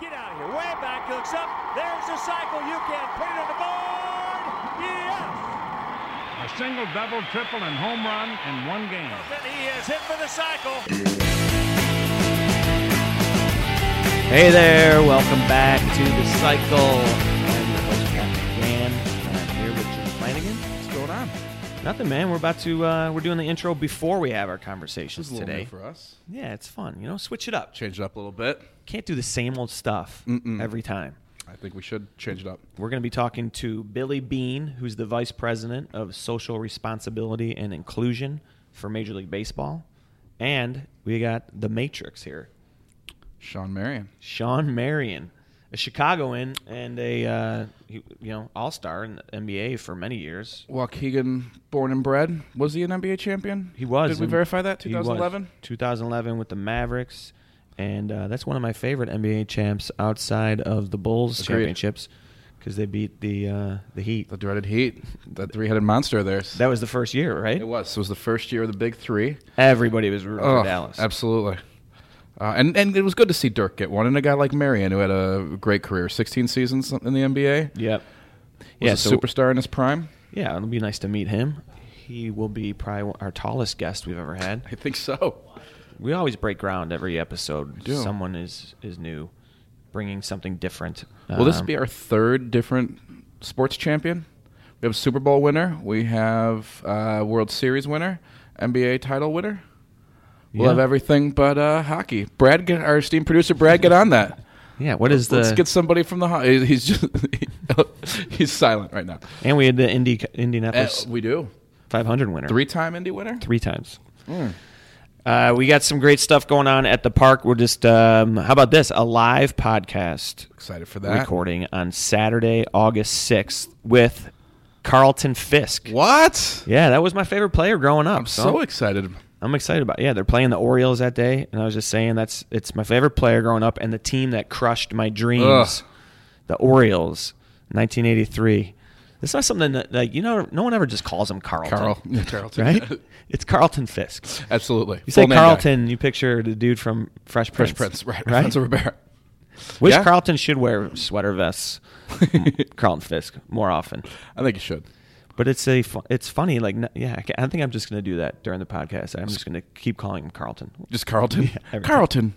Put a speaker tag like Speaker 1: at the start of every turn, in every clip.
Speaker 1: Get out of here. Way back, looks up. There's the cycle. You can put it on the board. Yes!
Speaker 2: A single, double, triple, and home run in one game.
Speaker 1: And he is hit for the cycle.
Speaker 3: Hey there, welcome back to the cycle. I'm your host, Pat McGann, and I'm here with Jim Flanagan. What's going on? Nothing, man. We're about to uh, we're doing the intro before we have our conversations
Speaker 4: It's a little
Speaker 3: today.
Speaker 4: new for us.
Speaker 3: yeah, it's fun. You know, switch it up.
Speaker 4: Change it up a little bit.
Speaker 3: Can't do the same old stuff every time.
Speaker 4: I think we should change it up.
Speaker 3: We're going to be talking to Billy Bean, who's the vice president of social responsibility and inclusion for Major League Baseball, and we got the Matrix here.
Speaker 4: Sean Marion.
Speaker 3: Sean Marion, a Chicagoan and a uh, he- you know all star in the NBA for many years.
Speaker 4: Waukegan, born and bred. Was he an NBA champion?
Speaker 3: He was.
Speaker 4: Did we
Speaker 3: in-
Speaker 4: verify that?
Speaker 3: he was.
Speaker 4: 2011?
Speaker 3: 2011 with the Mavericks, and uh, that's one of my favorite NBA champs outside of the Bulls
Speaker 4: Agreed.
Speaker 3: championships because they beat the uh, the Heat.
Speaker 4: The dreaded Heat. That three headed monster there.
Speaker 3: That was the first year, right?
Speaker 4: it was. It was the first year of the Big Three. Oh,
Speaker 3: Everybody was rooting for Dallas.
Speaker 4: Absolutely. Uh, and, and it was good to see Dirk get one. And a guy like Marion, who had a great career 16 seasons in the NBA, was
Speaker 3: Yep.
Speaker 4: a
Speaker 3: yeah, so-
Speaker 4: superstar in his prime.
Speaker 3: yeah, it'll be nice to meet him. He will be probably our tallest guest we've ever had.
Speaker 4: I think so.
Speaker 3: We always break ground every episode.
Speaker 4: do.
Speaker 3: Someone is is new, bringing something different. Uh,
Speaker 4: Will this
Speaker 3: Um,
Speaker 4: be our third different sports champion? We have Super Bowl winner. We have uh, World Series winner, NBA title winner. We'll
Speaker 3: Yeah.
Speaker 4: have everything but uh, hockey. Brad, get, our esteemed producer Brad, get on that.
Speaker 3: yeah? What is the
Speaker 4: Let's get somebody from the. ho- He's just he's silent right now.
Speaker 3: and we had the Indy
Speaker 4: Uh,
Speaker 3: Indianapolis
Speaker 4: we do
Speaker 3: 500 winner
Speaker 4: three-time Indy winner.
Speaker 3: three times.
Speaker 4: Hmm.
Speaker 3: Uh, we got some great stuff going on at the park. We're just um, how about this a live podcast
Speaker 4: Excited for that.
Speaker 3: recording on Saturday, August sixth with Carlton Fisk.
Speaker 4: What?
Speaker 3: Yeah, that was my favorite player growing up.
Speaker 4: I'm so excited.
Speaker 3: I'm excited about. Yeah, they're playing the Orioles that day, and I was just saying that's it's my favorite player growing up, and the team that crushed my dreams,
Speaker 4: Ugh.
Speaker 3: the Orioles, 1983. It's not something that like you know no one ever just calls him Carlton,
Speaker 4: Carl. Carlton.
Speaker 3: right? it's Carlton Fisk.
Speaker 4: Absolutely.
Speaker 3: You say
Speaker 4: Full name guy.
Speaker 3: Carlton, you picture the dude from Fresh Prince.
Speaker 4: Fresh Prince. Right.
Speaker 3: Right.
Speaker 4: Franz Rivera.
Speaker 3: Which
Speaker 4: Yeah.
Speaker 3: Carlton should wear sweater vests? Carlton Fisk more often.
Speaker 4: I think you should.
Speaker 3: But it's a fu- it's funny like n- yeah I ca- I think I'm just gonna do that during the podcast. I'm just gonna keep calling him Carlton.
Speaker 4: Just Carlton.
Speaker 3: every time.
Speaker 4: Carlton.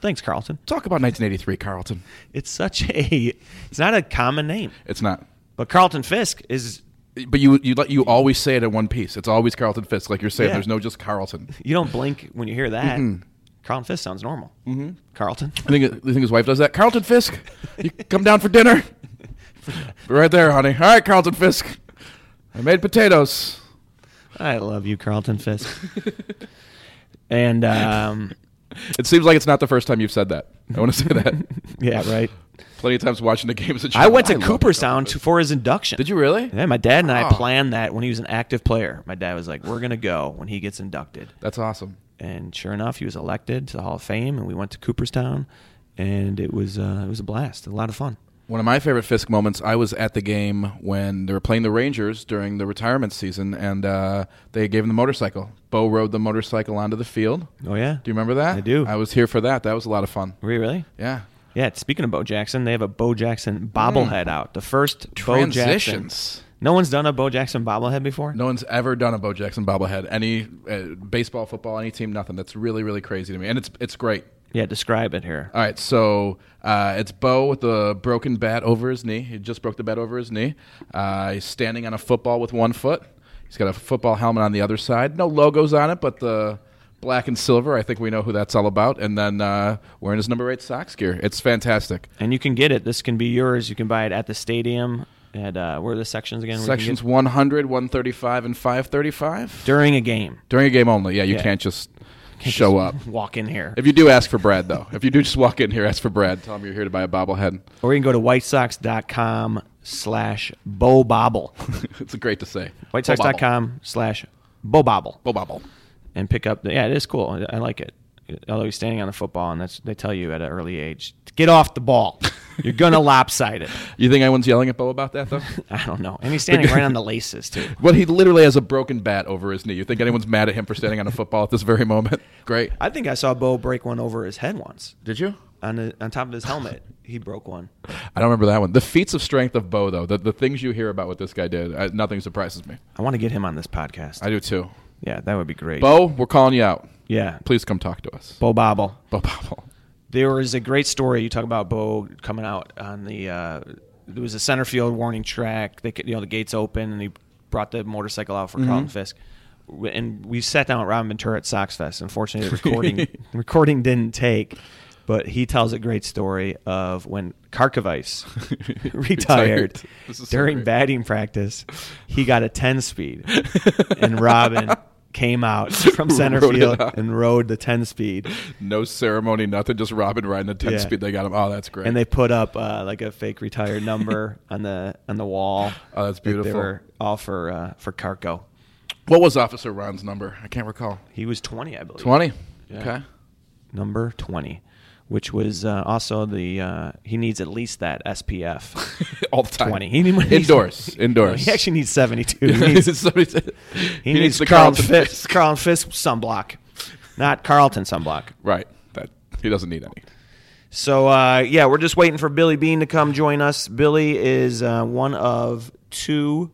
Speaker 3: Thanks, Carlton.
Speaker 4: Talk about 1983, Carlton.
Speaker 3: It's such a it's not a common name.
Speaker 4: It's not.
Speaker 3: But Carlton Fisk is
Speaker 4: But you you let- you always say it in one piece. It's always Carlton Fisk, like you're saying.
Speaker 3: Yeah.
Speaker 4: There's no just Carlton.
Speaker 3: you don't blink when you hear that.
Speaker 4: Mm-hmm.
Speaker 3: Carlton Fisk sounds normal. Mm-hmm. Carlton.
Speaker 4: I think you think his wife does that. Carlton Fisk, you come down for dinner. right there, honey. All right, Carlton Fisk. I made potatoes.
Speaker 3: I love you, Carlton Fisk. and um,
Speaker 4: It seems like it's not the first time you've said that. I want to say that.
Speaker 3: yeah, right.
Speaker 4: Plenty of times watching the games. At
Speaker 3: I went to
Speaker 4: love
Speaker 3: Cooperstown
Speaker 4: Carlton
Speaker 3: to,
Speaker 4: Fisk.
Speaker 3: for his induction.
Speaker 4: Did you really?
Speaker 3: Yeah, my dad and I
Speaker 4: Wow.
Speaker 3: planned that when he was an active player. My dad was like, "We're gonna go when he gets inducted."
Speaker 4: That's awesome.
Speaker 3: And sure enough, he was elected to the Hall of Fame, and we went to Cooperstown, and it was uh, it was a blast, a lot of fun.
Speaker 4: One of my favorite Fisk moments. I was at the game when they were playing the Rangers during the retirement season, and uh, they gave him the motorcycle. Bo rode the motorcycle onto the field.
Speaker 3: Oh yeah,
Speaker 4: Do you remember that?
Speaker 3: I do.
Speaker 4: I was here for that. That was a lot of fun.
Speaker 3: Were you really?
Speaker 4: Yeah.
Speaker 3: Yeah, speaking of Bo Jackson, they have a Bo Jackson bobblehead out. The first Bo Jackson.
Speaker 4: Hmm. Transitions.
Speaker 3: No one's done a Bo Jackson bobblehead before.
Speaker 4: No one's ever done a Bo Jackson bobblehead. Any uh, baseball, football, any team, nothing. That's really, really crazy to me, and it's it's great.
Speaker 3: Yeah, describe it here.
Speaker 4: All right, so uh, it's Bo with the broken bat over his knee. He just broke the bat over his knee. Uh, he's standing on a football with one foot. He's got a football helmet on the other side. No logos on it, but the black and silver. I think we know who that's all about. And then uh, wearing his number eight Sox gear. It's fantastic.
Speaker 3: And you can get it. This can be yours. You can buy it at the stadium. At uh, where are the sections again? where you can
Speaker 4: Sections
Speaker 3: get-
Speaker 4: 100, 135, and 535
Speaker 3: during a game.
Speaker 4: during a game only. Yeah, you
Speaker 3: Yeah.
Speaker 4: can't just show up.
Speaker 3: Walk in here,
Speaker 4: If you do, ask for Brad though. If you do, just walk in here, ask for Brad. Tell him you're here to buy a bobblehead.
Speaker 3: or you can go to whitesox.com slash bobble.
Speaker 4: it's great to say.
Speaker 3: whitesox.com slash bobble.
Speaker 4: Bo bobble.
Speaker 3: and pick up. The, yeah, it is cool. I, I like it. Although he's standing on the football, and that's they tell you at an early age, get off the ball. You're gonna lopside it.
Speaker 4: You think anyone's yelling at Bo about that though?
Speaker 3: I don't know. And he's standing right on the laces too.
Speaker 4: well, he literally has a broken bat over his knee. You think anyone's mad at him for standing on a football at this very moment? Great.
Speaker 3: I think I saw Bo break one over his head once
Speaker 4: Did you?
Speaker 3: on the, on top of his helmet. He broke one.
Speaker 4: I don't remember that one. The feats of strength of Bo though, the, the things you hear about what this guy did, uh, nothing surprises me.
Speaker 3: I want to get him on this podcast.
Speaker 4: I do too.
Speaker 3: yeah, that would be great.
Speaker 4: Bo, we're calling you out.
Speaker 3: yeah,
Speaker 4: Please come talk to us.
Speaker 3: Bo Bobble.
Speaker 4: Bo bobble.
Speaker 3: There was a great story you talk about Bo coming out on the. Uh, there was a center field warning track. They could, you know the gates open and he brought the motorcycle out for
Speaker 4: Mm-hmm.
Speaker 3: Carlton Fisk. W- And we sat down at Robin Ventura at Sox Fest. Unfortunately, the recording recording didn't take. But he tells a great story of when Karkovice
Speaker 4: Retired.
Speaker 3: retired
Speaker 4: This is so
Speaker 3: during
Speaker 4: great.
Speaker 3: batting practice. He got a 10 speed, and Robin came out from center
Speaker 4: Rode it
Speaker 3: field
Speaker 4: out.
Speaker 3: and rode the 10 speed.
Speaker 4: No ceremony, nothing. Just Robin riding the ten
Speaker 3: Yeah.
Speaker 4: speed. They got him. Oh, that's great.
Speaker 3: and they put up uh, like a fake retired number on the on the wall.
Speaker 4: Oh, that's
Speaker 3: that They
Speaker 4: beautiful.
Speaker 3: were all for uh, for Carco.
Speaker 4: What was Officer Ron's number? I can't recall.
Speaker 3: He was twenty, I believe.
Speaker 4: 20.
Speaker 3: Yeah.
Speaker 4: Okay.
Speaker 3: number twenty, which was uh, also the uh, he needs at least that SPF.
Speaker 4: All the time.
Speaker 3: 20. He needs-
Speaker 4: indoors. Indoors.
Speaker 3: he actually needs seventy two. He needs,
Speaker 4: Somebody said-
Speaker 3: he needs Carlton Fisk. Carlton Fisk sunblock, not Carlton sunblock.
Speaker 4: Right. That he doesn't need any.
Speaker 3: So uh, yeah, we're just waiting for Billy Bean to come join us. Billy is uh, one of two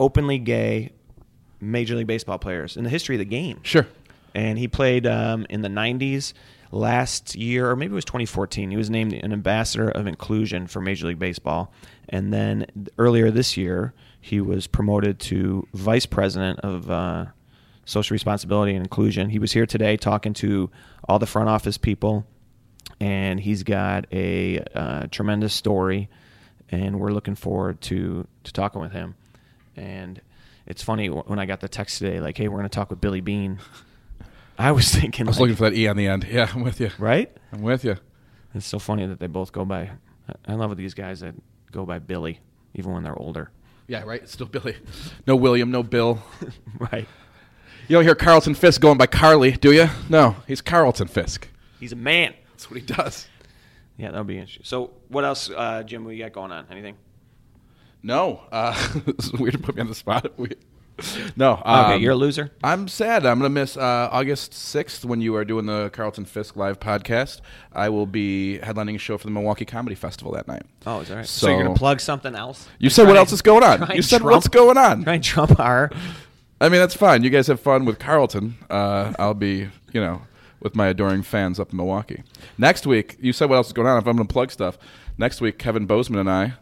Speaker 3: openly gay Major League Baseball players in the history of the game.
Speaker 4: Sure.
Speaker 3: And he played um, in the '90s. Last year, or maybe it was 2014, he was named an ambassador of inclusion for Major League Baseball. And then earlier this year, he was promoted to vice president of uh, social responsibility and inclusion. He was here today talking to all the front office people and he's got a uh, tremendous story, and we're looking forward to to talking with him. And it's funny wh- when I got the text today, like, "Hey, we're going to talk with Billy Bean." I was thinking,
Speaker 4: I was
Speaker 3: like,
Speaker 4: looking for that E on the end. Yeah, I'm with you.
Speaker 3: right?
Speaker 4: I'm with you.
Speaker 3: It's so funny that they both go by. I- I love these guys that go by Billy, even when they're older.
Speaker 4: Yeah, right. It's still Billy. No William, no Bill.
Speaker 3: Right?
Speaker 4: You don't hear Carlton Fisk going by Carly, do you? No, he's Carlton Fisk.
Speaker 3: He's a man.
Speaker 4: That's what he does.
Speaker 3: Yeah, that'll be interesting. So, what else, uh, Jim? We got going on? Anything?
Speaker 4: No. Uh, this is weird to put me on the spot. We- no.
Speaker 3: Okay,
Speaker 4: um,
Speaker 3: you're a loser.
Speaker 4: I'm sad. I'm going to miss uh, August 6th when you are doing the Carlton Fisk live podcast. I will be headlining a show for the Milwaukee Comedy Festival that night.
Speaker 3: Oh, it's all right.
Speaker 4: So,
Speaker 3: So, you're gonna plug something else?
Speaker 4: You said what
Speaker 3: Try
Speaker 4: else
Speaker 3: and-
Speaker 4: is going
Speaker 3: try
Speaker 4: on.
Speaker 3: and
Speaker 4: You said
Speaker 3: trump-
Speaker 4: what's going on.
Speaker 3: Try and trump our
Speaker 4: I mean, that's fine. You guys have fun with Carlton. Uh, I'll be, you know, with my adoring fans up in Milwaukee. Next week, you said what else is going on. If I'm going to plug stuff, next week, Kevin Bozeman and I,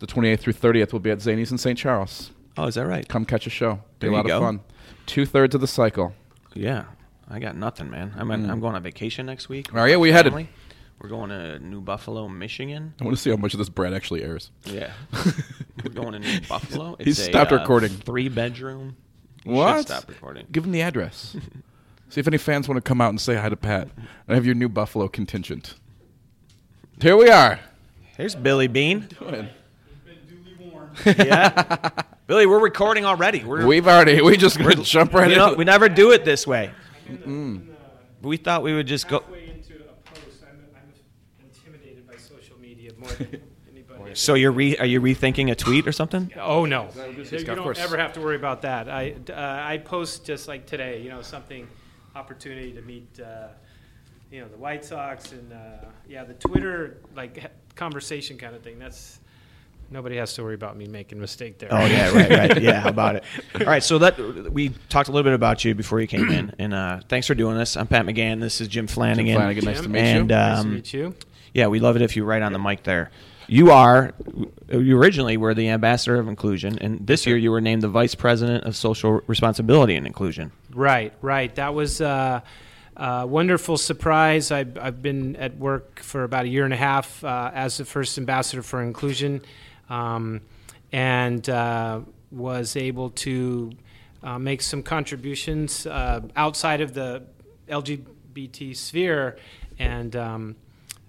Speaker 4: the 28th through 30th, will be at Zanies in St. Charles.
Speaker 3: Oh, is that right?
Speaker 4: Come catch a show. Be
Speaker 3: There
Speaker 4: a
Speaker 3: you
Speaker 4: lot
Speaker 3: go.
Speaker 4: of fun. Two thirds of the cycle.
Speaker 3: Yeah, I got nothing, man. I'm
Speaker 4: Mm.
Speaker 3: I'm going on vacation next week.
Speaker 4: Are you? Where you Oh, headed?
Speaker 3: Family. We're going to New Buffalo, Michigan.
Speaker 4: I want to see how much of this bread actually airs.
Speaker 3: Yeah, we're going to New Buffalo.
Speaker 4: He's stopped recording.
Speaker 3: Three bedroom.
Speaker 4: What?
Speaker 3: Stop recording.
Speaker 4: Give him the address. See if any fans want to come out and say hi to Pat and have your new Buffalo contingent. Here we are.
Speaker 3: Here's Billy Bean.
Speaker 5: It's
Speaker 3: Yeah, Billy, we're recording already. We're
Speaker 4: We've already we just gonna jump right
Speaker 3: you
Speaker 4: in.
Speaker 3: know, we never do it this way. We thought we would just go.
Speaker 5: halfway into a post. I'm, I'm intimidated by social media more than anybody.
Speaker 3: So you're re- are you rethinking a tweet or something?
Speaker 5: Oh no! You
Speaker 4: of
Speaker 5: don't
Speaker 4: course.
Speaker 5: ever have to worry about that. I uh, I post just like today. You know, something opportunity to meet. Uh, you know, the White Sox and uh, yeah, the Twitter like ha- conversation kind of thing. That's Nobody has to worry about me making a mistake there.
Speaker 3: Oh yeah, right, right. Yeah, how about it? All right, so that we talked a little bit about you before you came in, and uh, thanks for doing this. I'm Pat McGann. This is Jim Flanagan.
Speaker 4: Flanagan, nice to meet you.
Speaker 3: and,
Speaker 5: Nice
Speaker 3: um,
Speaker 5: to meet you.
Speaker 3: Yeah, we love it if you write on the mic there. You are you originally were the ambassador of inclusion, and this year you were named the vice president of social responsibility and inclusion.
Speaker 5: Right, right. That was uh, a wonderful surprise. I've, I've been at work for about a year and a half uh, as the first ambassador for inclusion um, and uh, was able to uh, make some contributions uh, outside of the LGBT sphere and um,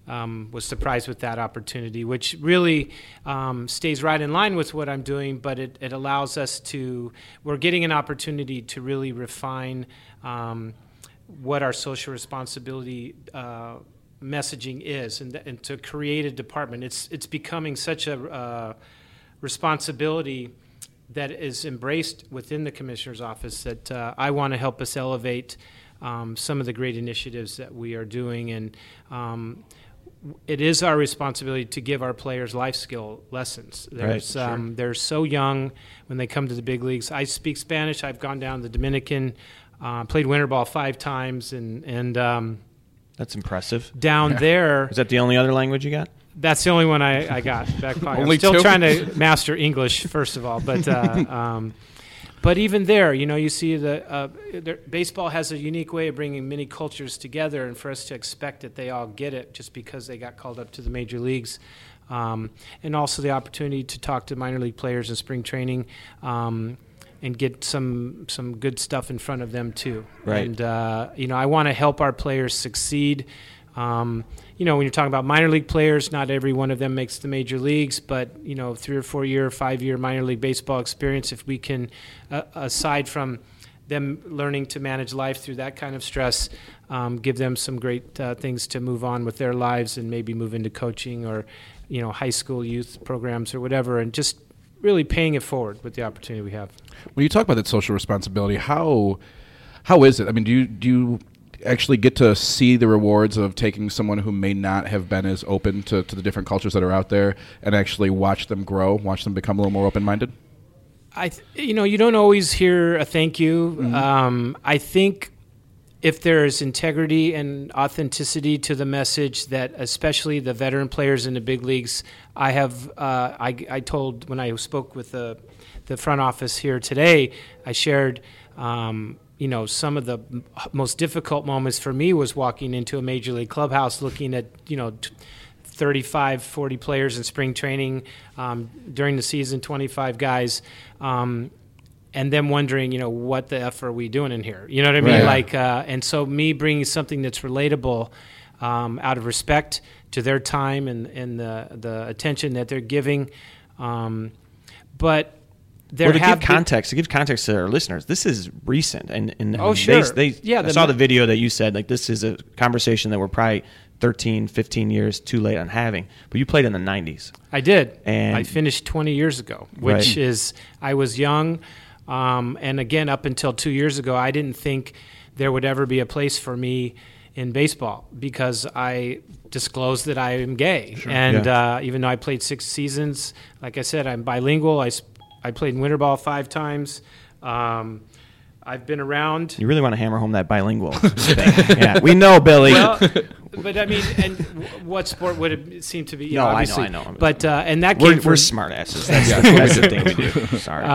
Speaker 5: um, was surprised with that opportunity, which really um, stays right in line with what I'm doing, but it, it allows us to, we're getting an opportunity to really refine um, what our social responsibility uh, messaging is and, and to create a department. It's, it's becoming such a uh, responsibility that is embraced within the commissioner's office that uh, I want to help us elevate um, some of the great initiatives that we are doing. And um, it is our responsibility to give our players life skill lessons. There's, um, they're so young when they come to the big leagues. I speak Spanish. I've gone down to the Dominican, uh, played winter ball five times, and, and um,
Speaker 3: That's impressive.
Speaker 5: down there,
Speaker 3: Is that the only other language you got?
Speaker 5: that's the only one I, I got back pocket.
Speaker 4: Only
Speaker 5: I'm still
Speaker 4: two?
Speaker 5: trying to master English, first of all. But uh, um, but even there, you know, you see the uh, there, baseball has a unique way of bringing many cultures together, and for us to expect that they all get it just because they got called up to the major leagues. Um, and also the opportunity to talk to minor league players in spring training um, and get some some good stuff in front of them too.
Speaker 3: Right.
Speaker 5: And uh, you know, I want to help our players succeed. Um, you know, when you're talking about minor league players, not every one of them makes the major leagues, but you know, three or four year, five year minor league baseball experience, if we can, uh, aside from them learning to manage life through that kind of stress, um, give them some great uh, things to move on with their lives and maybe move into coaching or, you know, high school youth programs or whatever, and just really paying it forward with the opportunity we have.
Speaker 4: When you talk about that social responsibility, how how is it? I mean, do you do you actually get to see the rewards of taking someone who may not have been as open to, to the different cultures that are out there and actually watch them grow, watch them become a little more open minded?
Speaker 5: I, th- you know, you don't always hear a thank you. Um, I think if there is integrity and authenticity to the message, that especially the veteran players in the big leagues, I have, uh, I, I told when I spoke with the the front office here today, I shared. Um, you know, some of the m- most difficult moments for me was walking into a major league clubhouse, looking at you know t- 35, 40 players in spring training um, during the season, 25 guys, um, and them wondering, you know, what the f are we doing in here? You know what I mean?
Speaker 4: Right.
Speaker 5: Like, uh, and so me bringing something that's relatable um, out of respect to their time and, and the the attention that they're giving, um, but there
Speaker 3: Well, to give
Speaker 5: have been-
Speaker 3: context, to give context to our listeners, this is recent, and, and
Speaker 5: Oh,
Speaker 3: they-
Speaker 5: sure.
Speaker 3: they,
Speaker 5: Yeah,
Speaker 3: I
Speaker 5: the
Speaker 3: saw
Speaker 5: ma-
Speaker 3: the video that you said like this is a conversation that we're probably 13, 15 years too late on having. But you played in the '90s.
Speaker 5: I did.
Speaker 3: And-
Speaker 5: I finished 20 years ago, which
Speaker 3: Right.
Speaker 5: is I was young, um, and again, up until two years ago, I didn't think there would ever be a place for me in baseball because I disclosed that I am gay, and uh, even though I played six seasons, like I said, I'm bilingual. I sp- I played winter ball five times. Um, I've been around.
Speaker 3: You really want to hammer home that bilingual thing. Yeah, we know, Billy.
Speaker 5: Well, but I mean, and w- what sport would it seem to be? You
Speaker 3: No, I
Speaker 5: know,
Speaker 3: know,
Speaker 5: obviously.
Speaker 3: I know.
Speaker 5: But uh, and that
Speaker 3: we're,
Speaker 5: came from, Um,
Speaker 3: we're smart asses. That's, the, that's the thing we do. Sorry.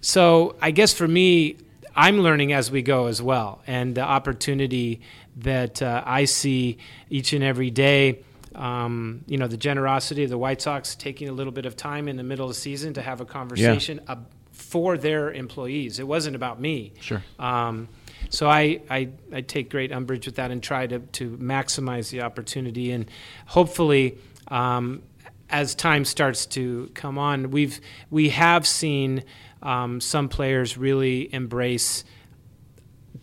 Speaker 5: so I guess for me, I'm learning as we go as well, and the opportunity that uh, I see each and every day. Um, you know, the generosity of the White Sox taking a little bit of time in the middle of the season to have a conversation ab- for their employees. It wasn't about me. Sure. Um, so I, I, I take great umbrage with that and try to, to maximize the opportunity and hopefully um, as time starts to come on, we've we have seen um, some players really embrace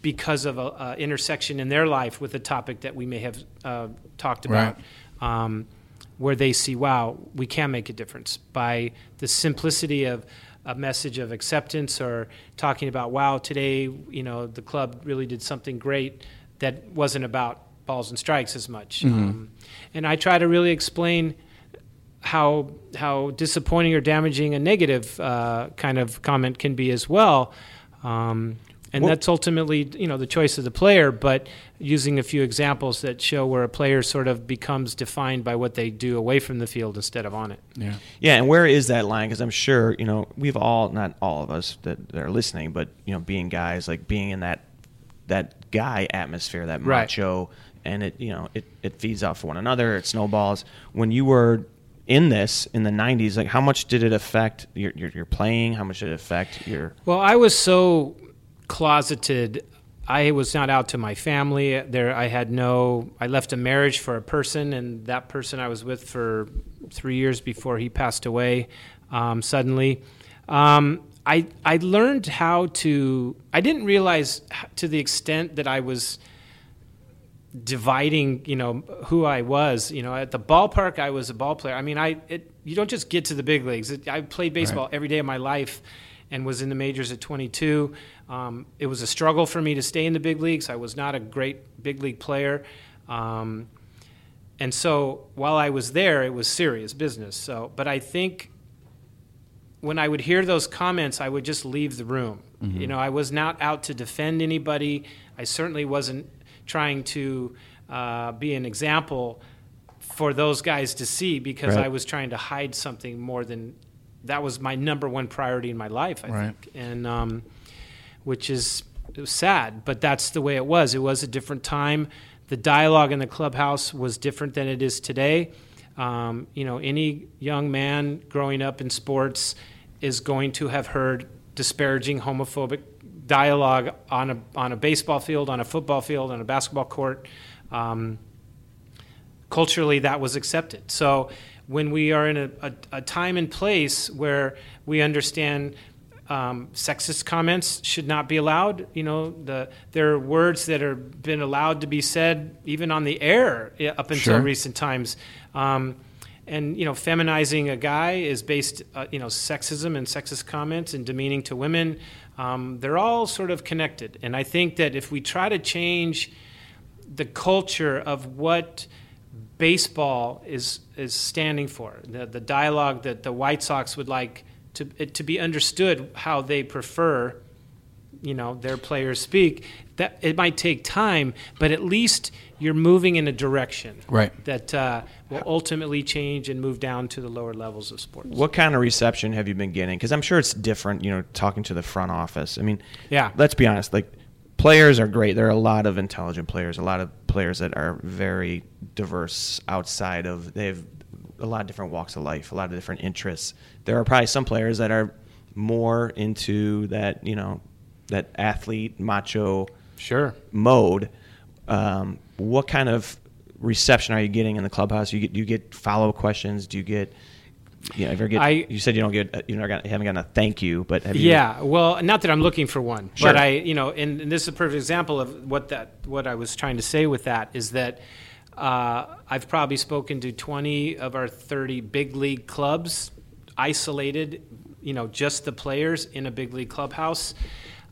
Speaker 5: because of a, a intersection in their life with a topic that we may have uh, talked about, um, where they see, wow, we can make a difference by the simplicity of a message of acceptance or talking about, wow, today, you know, the club really did something great that wasn't about balls and strikes as much. Um, and I try to really explain how how disappointing or damaging a negative uh, kind of comment can be as well. Um, and that's ultimately, you know, the choice of the player. But using a few examples that show where a player sort of becomes defined by what they do away from the field instead of on it.
Speaker 4: Yeah.
Speaker 3: Yeah, and where is that line? Because I'm sure you know we've all not all of us that, that are listening, but you know, being guys like being in that that guy atmosphere, that
Speaker 5: Right.
Speaker 3: macho, and it you know it it feeds off one another. It snowballs. When you were in this in the '90s, like how much did it affect your your, your playing? How much did it affect your?
Speaker 5: Well, I was so closeted. I was not out to my family. There, I had no. I left a marriage for a person, and that person I was with for three years before he passed away um, suddenly. Um, I I learned how to. I didn't realize h- to the extent that I was dividing you know who I was you know at the ballpark I was a ball player I mean I it, you don't just get to the big leagues it, I played baseball every day of my life and was in the majors at 22 um, it was a struggle for me to stay in the big leagues I was not a great big league player um, and so while I was there it was serious business so but I think when I would hear those comments, I would just leave the room. You know, I was not out to defend anybody. I certainly wasn't trying to uh, be an example for those guys to see because
Speaker 3: Right.
Speaker 5: I was trying to hide something more than that was my number one priority in my life. I
Speaker 4: Right.
Speaker 5: think, and um, which is it was sad, but that's the way it was. It was a different time. The dialogue in the clubhouse was different than it is today. Um, you know, any young man growing up in sports is going to have heard disparaging, homophobic dialogue on a on a baseball field, on a football field, on a basketball court. Um, culturally that was accepted. So when we are in a, a, a time and place where we understand um, sexist comments should not be allowed, you know, the, there are words that are been allowed to be said even on the air i- up until
Speaker 4: Sure.
Speaker 5: recent times. Um, and you know, feminizing a guy is based, uh, you know, sexism and sexist comments and demeaning to women. Um, they're all sort of connected, and I think that if we try to change the culture of what baseball is is standing for. The, the dialogue that the White Sox would like to it to be understood how they prefer, you know, their players speak. That it might take time, but at least you're moving in a direction
Speaker 4: Right.
Speaker 5: that uh, will ultimately change and move down to the lower levels of sports.
Speaker 3: What kind of reception have you been getting? Because I'm sure it's different, you know, talking to the front office. I mean,
Speaker 5: Yeah.
Speaker 3: Let's be honest. Like, players are great. There are a lot of intelligent players, a lot of players that are very diverse outside of they have a lot of different walks of life, a lot of different interests. There are probably some players that are more into that, you know, that athlete macho
Speaker 5: Sure.
Speaker 3: mode. Um, what kind of reception are you getting in the clubhouse? You get do you get follow up questions? Do you get you know, ever get?
Speaker 5: I-
Speaker 3: you said you don't get uh, you not haven't gotten a thank you, but have you,
Speaker 5: Yeah, well, not that I'm looking for one,
Speaker 3: Sure.
Speaker 5: but I, you know, and, and this is a perfect example of what that what I was trying to say with that is that uh, I've probably spoken to 20 of our 30 big league clubs, isolated, you know, just the players in a big league clubhouse.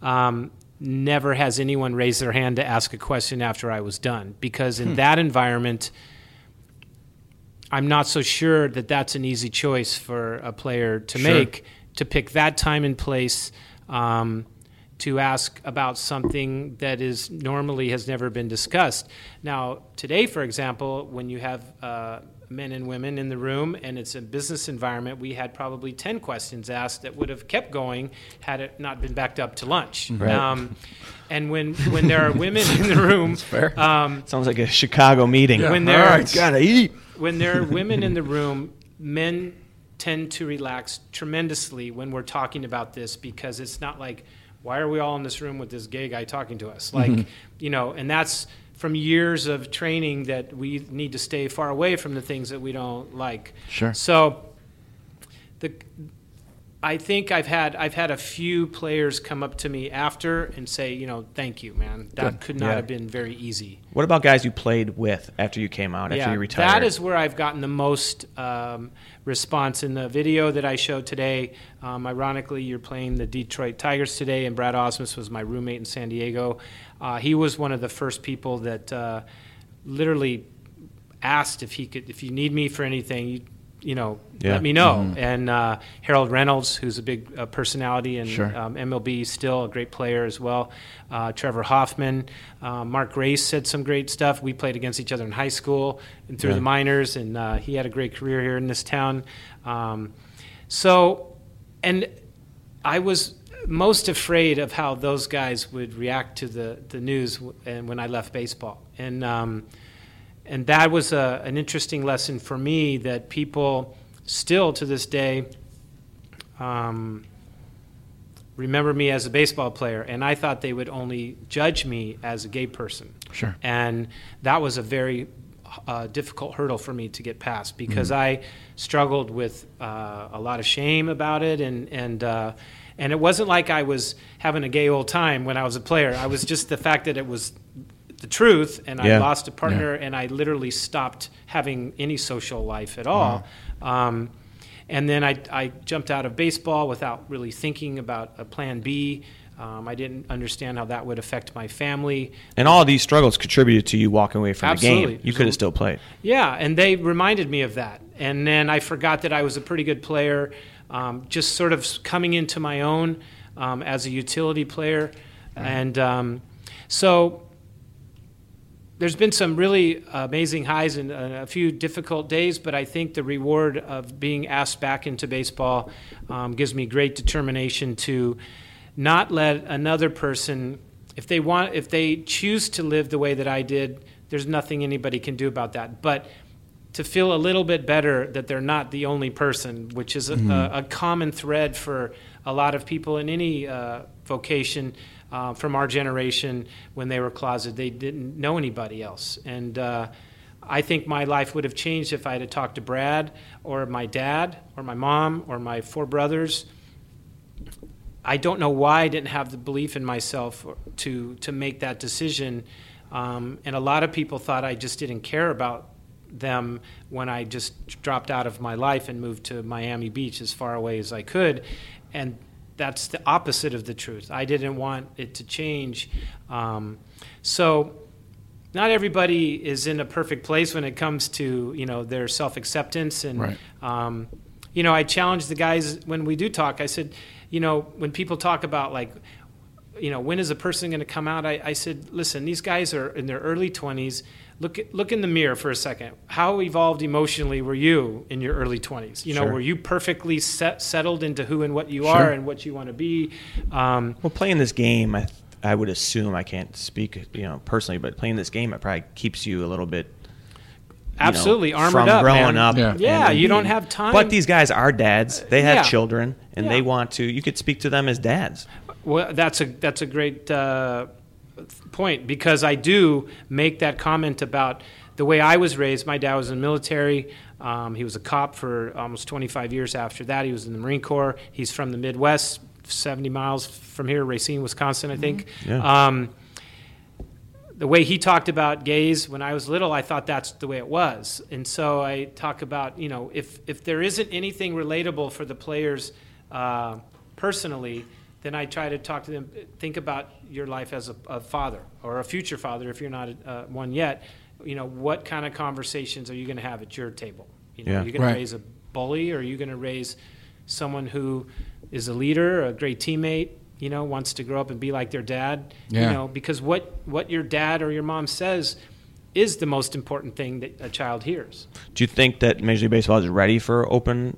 Speaker 5: Um, never has anyone raised their hand to ask a question after I was done because
Speaker 3: Hmm.
Speaker 5: in that environment. I'm not so sure that that's an easy choice for a player to make to pick that time and place um, to ask about something that is normally has never been discussed. Now, today, for example, when you have uh, men and women in the room and it's a business environment, we had probably 10 questions asked that would have kept going had it not been backed up to lunch. Um, and when, when there are women in the room,
Speaker 3: Sounds like a Chicago meeting.
Speaker 5: when there are
Speaker 4: gotta eat.
Speaker 5: when there are women in the room, men tend to relax tremendously when we're talking about this because it's not like, why are we all in this room with this gay guy talking to us? Like,
Speaker 4: Mm-hmm.
Speaker 5: you know, and that's from years of training that we need to stay far away from the things that we don't like.
Speaker 4: Sure.
Speaker 5: So the I think I've had I've had a few players come up to me after and say, you know, thank you, man. That
Speaker 4: Good.
Speaker 5: could not
Speaker 3: Yeah.
Speaker 5: have been very easy.
Speaker 3: What about guys you played with after you came out, after you retired?
Speaker 5: That is where I've gotten the most um, response in the video that I showed today. Um, ironically, you're playing the Detroit Tigers today, and Brad Osmus was my roommate in San Diego. Uh, he was one of the first people that uh, literally asked if he could, if you need me for anything, you you know,
Speaker 3: Yeah.
Speaker 5: let me know. And uh, Harold Reynolds, who's a big uh, personality and
Speaker 4: Sure.
Speaker 5: um, MLB, still a great player as well. Uh, Trevor Hoffman, uh, Mark Grace said some great stuff. We played against each other in high school and through the minors, and uh, he had a great career here in this town. Um, so, and I was most afraid of how those guys would react to the, the news w- and when I left baseball. And, um, and that was a, an interesting lesson for me that people still to this day um, remember me as a baseball player. And I thought they would only judge me as a gay person.
Speaker 4: Sure.
Speaker 5: And that was a very uh, difficult hurdle for me to get past because I struggled with uh, a lot of shame about it, and and uh, and it wasn't like I was having a gay old time when I was a player. I was just the fact that it was the truth, and
Speaker 3: Yeah.
Speaker 5: I lost a partner, and I literally stopped having any social life at all. Um, and then I, I jumped out of baseball without really thinking about a plan B. Um, I didn't understand how that would affect my family.
Speaker 3: And all these struggles contributed to you walking away from the game.
Speaker 5: Absolutely.
Speaker 3: You could have still played.
Speaker 5: Yeah, and they reminded me of that. And then I forgot that I was a pretty good player, um, just sort of s- coming into my own um, as a utility player. And um, so there's been some really amazing highs and uh, a few difficult days, but I think the reward of being asked back into baseball um, gives me great determination to not let another person, if they want, if they choose to live the way that I did, there's nothing anybody can do about that. But to feel a little bit better that they're not the only person, which is a, a, a common thread for a lot of people in any uh, vocation uh, from our generation when they were closeted. They didn't know anybody else. And uh, I think my life would have changed if I had talked to Brad or my dad or my mom or my four brothers. I don't know why I didn't have the belief in myself to to make that decision. Um, and a lot of people thought I just didn't care about them when I just dropped out of my life and moved to Miami Beach as far away as I could. And that's the opposite of the truth. I didn't want it to change. Um, so not everybody is in a perfect place when it comes to you know their self acceptance and
Speaker 4: Right.
Speaker 5: um, you know I challenge the guys when we do talk. I said, you know, when people talk about like, you know, when is a person going to come out? I, I said, listen, these guys are in their early twenties. Look at- look in the mirror for a second. How evolved emotionally were you in your early twenties? You know,
Speaker 3: Sure.
Speaker 5: were you perfectly set, settled into who and what you are and what you want to be? Um,
Speaker 3: Well, playing this game, I, I would assume I can't speak, you know, personally, but playing this game, it probably keeps you a little bit. you know,
Speaker 5: absolutely, armored
Speaker 3: from
Speaker 5: up,
Speaker 3: growing
Speaker 5: man.
Speaker 3: up.
Speaker 4: Yeah.
Speaker 3: and
Speaker 5: Yeah,
Speaker 3: then
Speaker 5: you don't
Speaker 3: being-
Speaker 5: have time.
Speaker 3: But these guys are dads. They have
Speaker 5: Yeah.
Speaker 3: children, and
Speaker 5: Yeah.
Speaker 3: they want to. You could speak to them as dads.
Speaker 5: Well, that's a that's a great uh, point because I do make that comment about the way I was raised. My dad was in the military. Um, he was a cop for almost 25 years after that. He was in the Marine Corps. He's from the Midwest, 70 miles from here, Racine, Wisconsin, I think.
Speaker 3: Yeah.
Speaker 5: Um, the way he talked about gays when I was little, I thought that's the way it was. And so I talk about, you know, if, if there isn't anything relatable for the players uh, personally, then I try to talk to them, think about your life as a, a father or a future father if you're not uh, one yet. You know, what kind of conversations are you going to have at your table? You know,
Speaker 3: Yeah.
Speaker 5: you're going
Speaker 4: Right.
Speaker 5: to raise a bully or are you going to raise someone who is a leader, a great teammate, you know, wants to grow up and be like their dad?
Speaker 4: Yeah.
Speaker 5: You know, because what what your dad or your mom says is the most important thing that a child hears.
Speaker 3: Do you think that Major League Baseball is ready for open,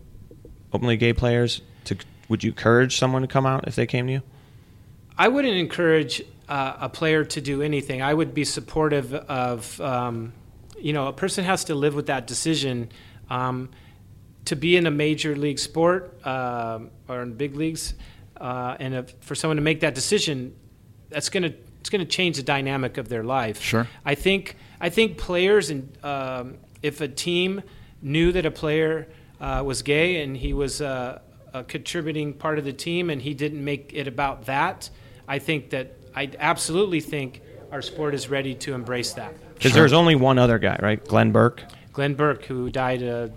Speaker 3: openly gay players? To would you encourage someone to come out if they came to you?
Speaker 5: I wouldn't encourage uh, a player to do anything. I would be supportive of, um, you know, a person has to live with that decision. Um, to be in a major league sport um or in big leagues, uh, and if, for someone to make that decision, that's going to it's going to change the dynamic of their life.
Speaker 4: Sure.
Speaker 5: I think I think players and um, if a team knew that a player uh, was gay and he was uh, a contributing part of the team and he didn't make it about that, I think that I absolutely think our sport is ready to embrace that.
Speaker 3: Because there's only one other guy, right? Glenn Burke.
Speaker 5: Glenn Burke, who died uh,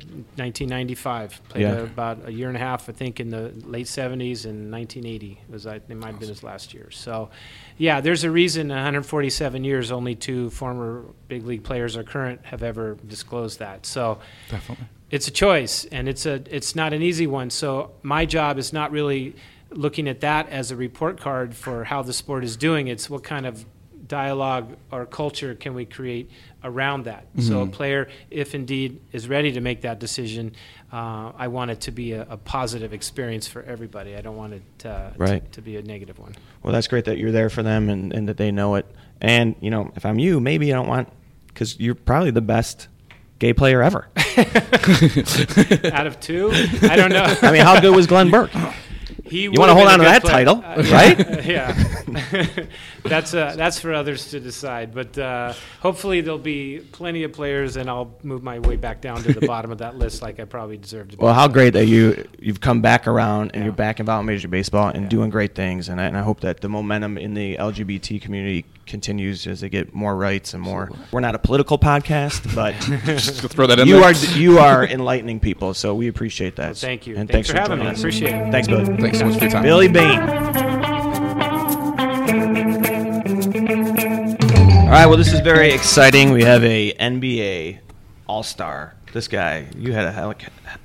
Speaker 5: 1995, played
Speaker 3: Yeah.
Speaker 5: uh, about a year and a half, I think, in the late 70s and 1980 was I, it might have been his last year. So, yeah, there's a reason. 147 years, only two former big league players or current have ever disclosed that. So,
Speaker 4: Definitely.
Speaker 5: it's a choice and it's a it's not an easy one so my job is not really looking at that as a report card for how the sport is doing it's what kind of dialogue or culture can we create around that so a player if indeed is ready to make that decision uh, i want it to be a, a positive experience for everybody i don't want it uh,
Speaker 3: Right.
Speaker 5: to, to be a negative one
Speaker 3: Well, that's great that you're there for them and, and that they know it. And, you know, if I'm you, maybe I don't want, because you're probably the best gay player ever.
Speaker 5: out of two i don't know
Speaker 3: I mean, how good was Glenn Burke?
Speaker 5: He
Speaker 3: You want to hold on to that title, right?
Speaker 5: yeah, that's uh, that's for others to decide. But uh, hopefully there'll be plenty of players, and I'll move my way back down to the bottom of that list, like I probably deserve to. be.
Speaker 3: Well, how great that you you've come back around and you're back involved in Major League Baseball and doing great things. And I, and I hope that the momentum in the LGBT community continues as they get more rights and more. We're not a political podcast, but
Speaker 4: Just gonna throw that in
Speaker 3: you
Speaker 4: there.
Speaker 3: are you are enlightening people, so we appreciate that.
Speaker 5: thank you.
Speaker 3: and thanks,
Speaker 5: Thanks for having
Speaker 3: joining
Speaker 5: me.
Speaker 3: us.
Speaker 5: Appreciate it.
Speaker 3: Thanks, Billy.
Speaker 4: Thanks so much for your time.
Speaker 3: Billy Bain. All right. Well, this is very exciting. We have a NBA All Star. This guy, you had a hell.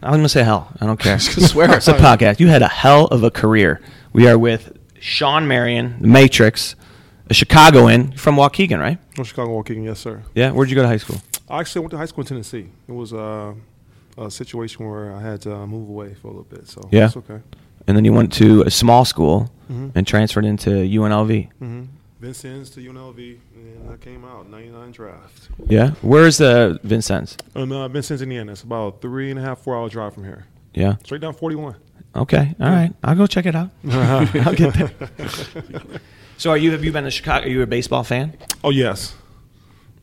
Speaker 3: I'm gonna say hell. I don't care.
Speaker 4: gonna swear.
Speaker 3: it's a podcast. You had a hell of a career. We are with Sean Marion, the Matrix, a Chicagoan from Waukegan, right?
Speaker 6: Well, Chicago Waukegan, yes, sir.
Speaker 3: Yeah. Where'd you go to high school?
Speaker 6: I actually went to high school in Tennessee. It was uh, a situation where I had to uh, move away for a little bit, so
Speaker 3: Yeah.
Speaker 6: it's okay.
Speaker 3: And then you went to a small school and transferred into UNLV.
Speaker 6: Vincennes to UNLV, and I came out 99 draft.
Speaker 3: Yeah. Where's the Vincennes?
Speaker 6: And uh, Vincennes, Indiana. It's about three and a half, four hour drive from here.
Speaker 3: Yeah.
Speaker 6: Straight down 41.
Speaker 3: Okay. All right. I'll go check it out. I'll get there. so, are you? Have you been a Chicago? Are you a baseball fan?
Speaker 6: Oh yes,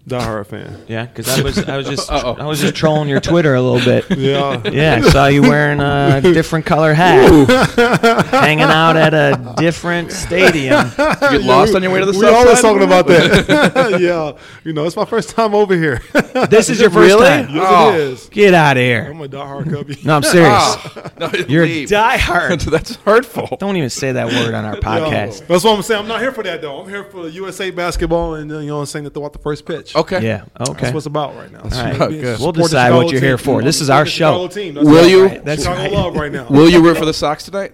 Speaker 6: die hard fan.
Speaker 3: Yeah, because I was. I was just. I was just trolling your Twitter a little bit.
Speaker 6: Yeah,
Speaker 3: Yeah, I saw you wearing a different color hat, hanging out at a different stadium.
Speaker 4: Did you get lost on your way to the
Speaker 6: we
Speaker 4: south
Speaker 6: always
Speaker 4: side?
Speaker 6: talking about that. yeah, you know, it's my first time over here. yes,
Speaker 3: This is your first time.
Speaker 4: Oh.
Speaker 6: it is.
Speaker 3: Get out of here.
Speaker 6: I'm a die hard cubby.
Speaker 3: No, I'm serious.
Speaker 4: No,
Speaker 3: You're a
Speaker 4: leave.
Speaker 3: diehard.
Speaker 4: That's hurtful.
Speaker 3: Don't even say that word on our
Speaker 6: Yeah.
Speaker 3: podcast.
Speaker 6: That's what I'm saying. I'm not here for that though. I'm here for the USA basketball and uh, you know what I'm saying to throw out the first pitch.
Speaker 4: Okay.
Speaker 3: Yeah. Okay.
Speaker 6: That's what it's about right now.
Speaker 3: right.
Speaker 6: Being-
Speaker 4: Good.
Speaker 3: We'll
Speaker 6: support the
Speaker 3: decide what
Speaker 6: Chicago
Speaker 3: you're here
Speaker 6: team.
Speaker 3: for. This is our
Speaker 6: The
Speaker 3: show.
Speaker 6: Chicago team. That's
Speaker 4: Will
Speaker 6: right.
Speaker 4: you?
Speaker 3: That's
Speaker 6: Chicago
Speaker 3: right.
Speaker 6: love right now.
Speaker 4: Will you root for the Sox tonight?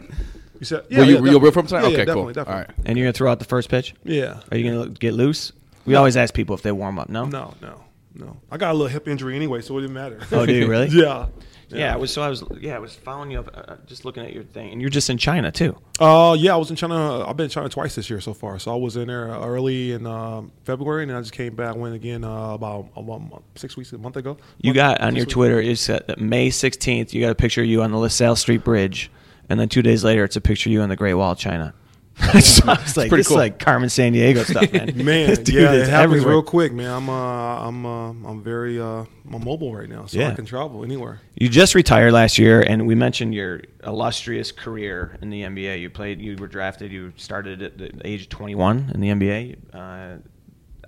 Speaker 6: You said,
Speaker 4: Will you? You'll
Speaker 6: definitely.
Speaker 4: root for them tonight?
Speaker 6: Yeah,
Speaker 4: okay.
Speaker 6: yeah,
Speaker 4: cool.
Speaker 6: definitely, definitely.
Speaker 4: All right.
Speaker 3: And you're gonna throw out the first pitch?
Speaker 6: Yeah.
Speaker 3: Are you gonna get loose? We always ask people if they warm up. No.
Speaker 6: No, no, no. I got a little hip injury anyway, so it didn't matter.
Speaker 3: Oh, do you really?
Speaker 6: yeah.
Speaker 3: Yeah, I was so I was yeah I was following you up, uh, just looking at your thing, and you're just in China too.
Speaker 6: Uh, yeah, I was in China. I've been in China twice this year so far. So I was in there early in um, February, and then I just came back, went again uh, about, about a month- six weeks, a month ago.
Speaker 3: You
Speaker 6: Month-
Speaker 3: got on
Speaker 6: six
Speaker 3: your
Speaker 6: weeks.
Speaker 3: Twitter it said that May 16th. You got a picture of you on the LaSalle Street Bridge, and then two days later, it's a picture of you on the Great Wall of China. I just- I was like,
Speaker 4: pretty
Speaker 3: this is
Speaker 4: cool.
Speaker 3: like Carmen San Diego stuff, man.
Speaker 6: Man,
Speaker 3: This dude
Speaker 6: yeah, it
Speaker 3: is
Speaker 6: happens
Speaker 3: everywhere.
Speaker 6: real quick, man. I'm uh, I'm uh, I'm very uh, I'm mobile right now, so
Speaker 3: Yeah.
Speaker 6: I can travel anywhere.
Speaker 3: You just retired last year, and we mentioned your illustrious career in the NBA. You played, you were drafted, you started at the age of 21 in the NBA. Uh,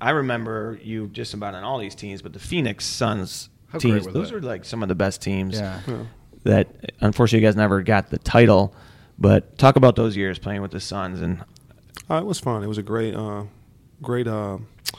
Speaker 3: I remember you just about on all these teams, but the Phoenix Suns
Speaker 4: How great
Speaker 3: teams,
Speaker 4: were
Speaker 3: those
Speaker 4: they?
Speaker 3: are like some of the best teams
Speaker 4: Yeah.
Speaker 3: that unfortunately you guys never got the title. But talk about those years playing with the Suns, and
Speaker 6: Uh, it was fun. It was a great, uh, great, uh,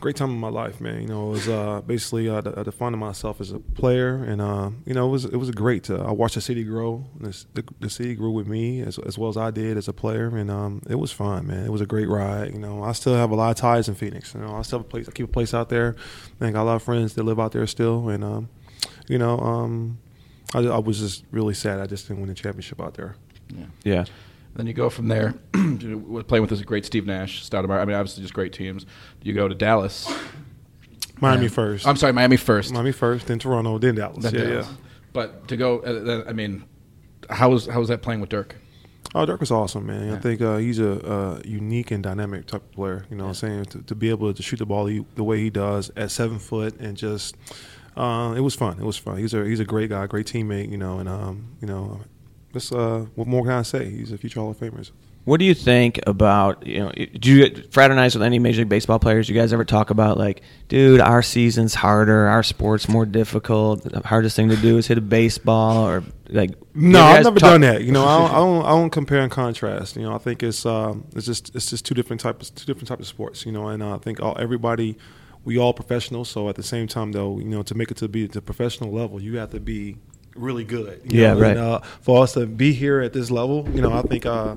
Speaker 6: great time in my life, man. You know, it was uh, basically uh, de- I defined myself as a player, and uh, you know, it was it was great. To, I watched the city grow. and The, c- the, the city grew with me as, as well as I did as a player, and um, it was fun, man. It was a great ride. You know, I still have a lot of ties in Phoenix. You know, I still have a place. I keep a place out there. I got a lot of friends that live out there still, and um, you know, um, I, I was just really sad. I just didn't win the championship out there.
Speaker 3: yeah,
Speaker 4: Then you go from there, to playing with this great Steve Nash, Stoudemire. I mean, obviously just great teams. You go to Dallas.
Speaker 6: Miami first.
Speaker 4: I'm sorry, Miami first.
Speaker 6: Miami first, then Toronto, then Dallas.
Speaker 4: Then
Speaker 6: yeah,
Speaker 4: Dallas.
Speaker 6: yeah.
Speaker 4: But to go, uh, then- I mean, how was how was that playing with Dirk?
Speaker 6: Oh, Dirk was awesome, man. I think uh, he's a uh, unique and dynamic type of player. You know, what I'm saying to, to be able to shoot the ball he, the way he does at seven foot and just uh, it was fun. It was fun. He's a he's a great guy, great teammate. You know, and um, you know, this uh, what more can I say? He's a future Hall of Famer.
Speaker 3: What do you think about you know? Do you fraternize with any major league baseball players? You guys ever talk about like, dude, our season's harder, our sport's more difficult. The hardest thing to do is hit a baseball or like. you
Speaker 6: No, I've
Speaker 3: guys
Speaker 6: never
Speaker 3: talk-
Speaker 6: done that. You know, I don't, I don't, I don't compare and contrast. You know, I think it's um, it's just it's just two different types two different types of sports. You know, and uh, I think all everybody we all professionals. So at the same time, though, you know, to make it to be the professional level, you have to be really good. you
Speaker 3: Yeah,
Speaker 6: know,
Speaker 3: right.
Speaker 6: And, uh, for us to be here at this level, you know, I think. Uh,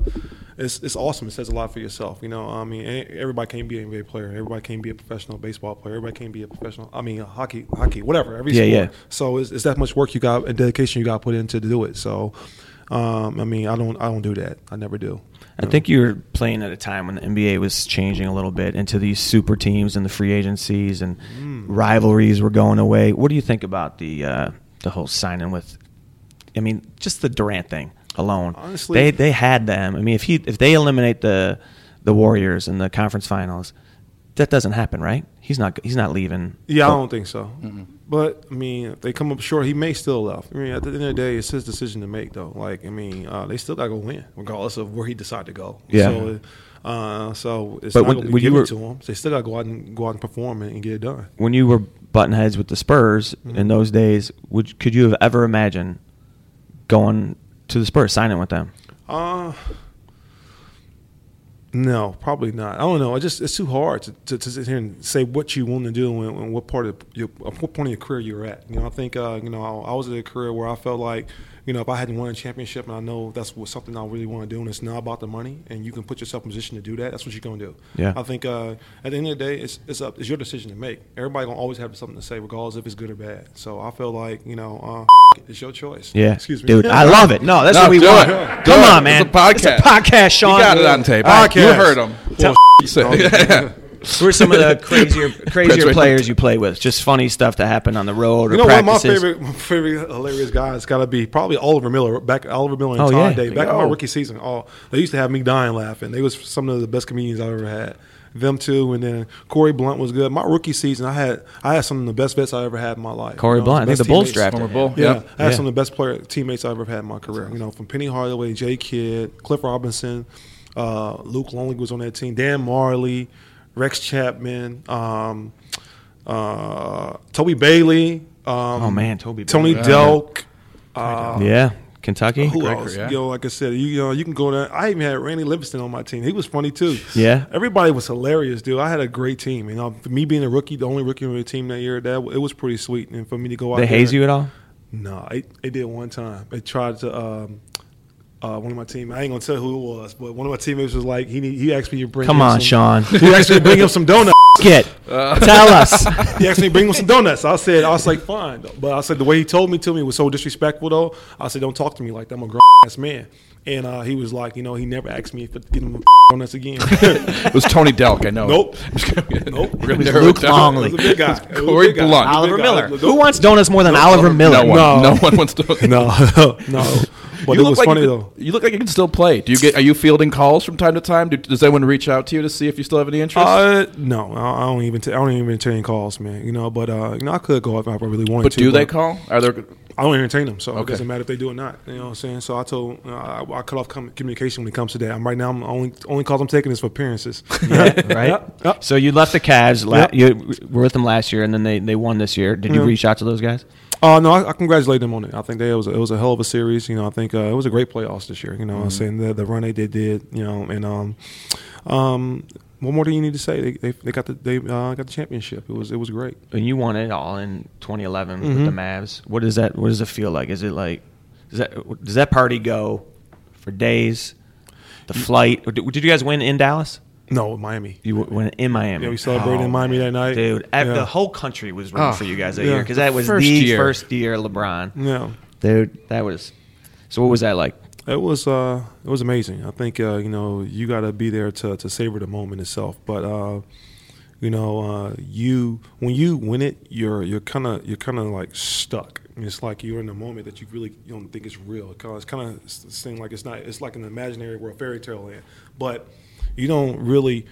Speaker 6: it's, it's awesome. It says a lot for yourself. You know, I mean, e- everybody can't be an NBA player. Everybody can't be a professional baseball player. Everybody can't be a professional. I mean, hockey, hockey, whatever. Every
Speaker 3: Yeah,
Speaker 6: sport.
Speaker 3: yeah.
Speaker 6: So it's, it's that much work you got and dedication you got put into to do it. So, um, I mean, I don't, I don't do that. I never do.
Speaker 3: I think you were playing at a time when the NBA was changing a little bit into these super teams and the free agencies and rivalries were going away. What do you think about the uh, the whole signing with? I mean, just the Durant thing alone.
Speaker 6: Honestly-
Speaker 3: they they had them. I mean, if he if they eliminate the the Warriors in the conference finals, that doesn't happen, right? He's not he's not leaving.
Speaker 6: Yeah, I don't think so. But I mean, if they come up short, he may still left. I mean, at the end of the day, it's his decision to make, though. Like, I mean, uh, they still got to go win, regardless of where he decide to go.
Speaker 3: Yeah.
Speaker 6: So, uh, so it's
Speaker 3: But
Speaker 6: not
Speaker 3: when-
Speaker 6: going to be
Speaker 3: when you
Speaker 6: given
Speaker 3: were-
Speaker 6: to him. They still got to go out and go out and perform and, and get it done.
Speaker 3: When you were button heads with the Spurs in those days, would could you have ever imagined going to the Spurs signing with them?
Speaker 6: Uh no, probably not. I don't know. It just it's too hard to, to, to sit here and say what you want to do and, and what part of your what point of your career you're at. You know, I think uh, you know I, I was at a career where I felt like you know if I hadn't won a championship and I know that's what something I really want to do and it's not about the money and you can put yourself in position to do that. That's what you're gonna do.
Speaker 3: Yeah.
Speaker 6: I think uh, at the end of the day, it's it's up it's your decision to make. Everybody gonna always have something to say, regardless if it's good or bad. So I feel like you know uh, it's your choice.
Speaker 3: Yeah.
Speaker 6: Excuse me,
Speaker 3: Dude, I love it. No, that's
Speaker 4: No,
Speaker 3: what we
Speaker 4: do
Speaker 3: want.
Speaker 4: it. Do
Speaker 3: Come
Speaker 4: it.
Speaker 3: on, man.
Speaker 4: It's a podcast.
Speaker 3: podcast,
Speaker 4: You
Speaker 3: Sean.
Speaker 4: got it on tape.
Speaker 6: Podcast.
Speaker 4: You heard him.
Speaker 6: Tell-
Speaker 3: Who are some of the crazier
Speaker 4: That's
Speaker 3: crazier
Speaker 4: right.
Speaker 3: players you play with? Just funny stuff that happened on the road or
Speaker 6: You know, one of my
Speaker 3: practices.
Speaker 6: favorite, my favorite hilarious guys got to be probably Oliver Miller. Back Oliver Miller and
Speaker 3: Oh,
Speaker 6: Todd
Speaker 3: yeah.
Speaker 6: Day. Back in my
Speaker 3: Oh.
Speaker 6: rookie season, all they used to have me dying laughing. They was some of the best comedians I've ever had. Them too, and then Corey Blunt was good. My rookie season, I had I had some of the best vets I ever had in my life.
Speaker 3: Corey
Speaker 6: You know,
Speaker 3: Blunt. I think the
Speaker 6: best
Speaker 3: Bulls
Speaker 6: teammates.
Speaker 3: drafted.
Speaker 4: Former
Speaker 3: him.
Speaker 4: Bull.
Speaker 6: Yeah,
Speaker 4: Yep.
Speaker 6: I had
Speaker 3: Yeah.
Speaker 6: some of the best player teammates I've ever had in my career. You know, from Penny Hardaway, Jay Kidd, Cliff Robinson, uh, Luke Longley was on that team. Dan Marley, Rex Chapman, um, uh, Toby Bailey. Um,
Speaker 3: Oh man, Toby.
Speaker 6: Tony
Speaker 3: Bailey.
Speaker 6: Delk.
Speaker 3: Yeah, Kentucky.
Speaker 6: Who
Speaker 4: Gregory,
Speaker 6: else?
Speaker 4: yeah.
Speaker 6: You know, like I said, you, you know, you can go down. I even had Randy Livingston on my team. He was funny too.
Speaker 3: Yeah.
Speaker 6: everybody was hilarious, dude. I had a great team. You know, for me being a rookie, the only rookie on the team that year, that it was pretty sweet. And for me to go out,
Speaker 3: They
Speaker 6: there-
Speaker 3: haze you at all?
Speaker 6: No, it, it did one time. It tried to. Um, uh, one of my team, I ain't gonna tell who it was, but one of my teammates was like, he need, he asked me to bring.
Speaker 3: Come
Speaker 6: him
Speaker 3: on, Sean.
Speaker 6: some- He asked me to bring him some donuts.
Speaker 3: Get. Tell us.
Speaker 6: He asked me to bring him some donuts. I said, I was like, fine. But I said, the way he told me to me was so disrespectful, though. I said, don't talk to me like that. I'm a grown ass man. And uh, he was like, you know, he never asked me if to get him donuts again.
Speaker 4: It was Tony Delk. I know.
Speaker 6: Nope.
Speaker 4: nope. We're
Speaker 6: It
Speaker 4: gonna
Speaker 6: was
Speaker 4: narrow
Speaker 3: Luke
Speaker 4: it down.
Speaker 3: Longley.
Speaker 6: It was a big guy. It was a
Speaker 4: Corey
Speaker 6: big guy.
Speaker 4: Blunt.
Speaker 6: It was a
Speaker 3: Oliver
Speaker 6: big guy.
Speaker 3: Miller.
Speaker 6: Look,
Speaker 3: Who wants donuts more than Oliver Miller?
Speaker 4: No one.
Speaker 6: No.
Speaker 4: No one wants to.
Speaker 6: No, no. But it was
Speaker 4: like
Speaker 6: funny,
Speaker 4: you, could-
Speaker 6: though.
Speaker 4: You look like you can still play. Do you get? Are you fielding calls from time to time? Do, does anyone reach out to you to see if you still have any interest?
Speaker 6: Uh, no, I I don't even. T- I don't even entertain calls, man. You know, but uh, you know, I could go up if I really wanted
Speaker 4: but
Speaker 6: to.
Speaker 4: do they call? Are there?
Speaker 6: I don't entertain them, so it
Speaker 4: Okay.
Speaker 6: doesn't matter if they do or not. You know what I'm saying? So I told uh, I, I cut off com- communication when it comes to that. I'm right now. I'm only only calls I'm taking is for appearances.
Speaker 3: right?
Speaker 6: Yep.
Speaker 3: So you left the Cavs. La-
Speaker 6: Yep.
Speaker 3: You were with them last year, and then they, they won this year. Did you
Speaker 6: Yeah.
Speaker 3: reach out to those guys?
Speaker 6: Uh, no, I, I congratulate them on it. I think they, it was a, it was a hell of a series. You know, I think uh, it was a great playoffs this year. You know, what I'm saying the, the run they did, did you know, and um, um, what more do you need to say? They, they, they got the they uh, got the championship. It was it was great.
Speaker 3: and you won it all in 2011 with the Mavs. What does that? What does it feel like? Is it like does that does that party go for days? The flight? Or did, did you guys win in Dallas?
Speaker 6: No, Miami.
Speaker 3: You w- went in Miami. Oh,
Speaker 6: Yeah, we celebrated in Miami that night.
Speaker 3: dude. ev-
Speaker 6: Yeah.
Speaker 3: The whole country was rooting
Speaker 4: Oh,
Speaker 3: for you guys that
Speaker 6: yeah. Mm.
Speaker 3: year because that was
Speaker 4: First
Speaker 3: the
Speaker 4: year.
Speaker 3: Ah, first year LeBron.
Speaker 6: Yeah.
Speaker 3: Dude, that was. So what was that like?
Speaker 6: It was uh, it was amazing. I think uh, you know you got to be there to, to savor the moment itself. But uh, you know uh, you when you win it, you're you're kind of you're kind of like stuck. It's like you're in a moment that you really you don't think is real. 'Cause It's kind of seem like it's not. It's like an imaginary world, fairy tale land. But you don't really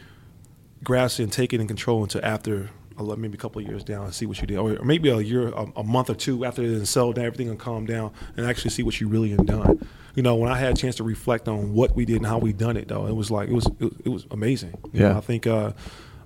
Speaker 6: grasp it and take it in control until after I love maybe a couple of years down and see what you did, or maybe a year, a, a month or two after it settled down, everything and calm down, and actually see what you really had done. You know, when I had a chance to reflect on what we did and how we done it, though, it was like it was it, it was amazing. You
Speaker 4: Yeah.
Speaker 6: know, I think uh,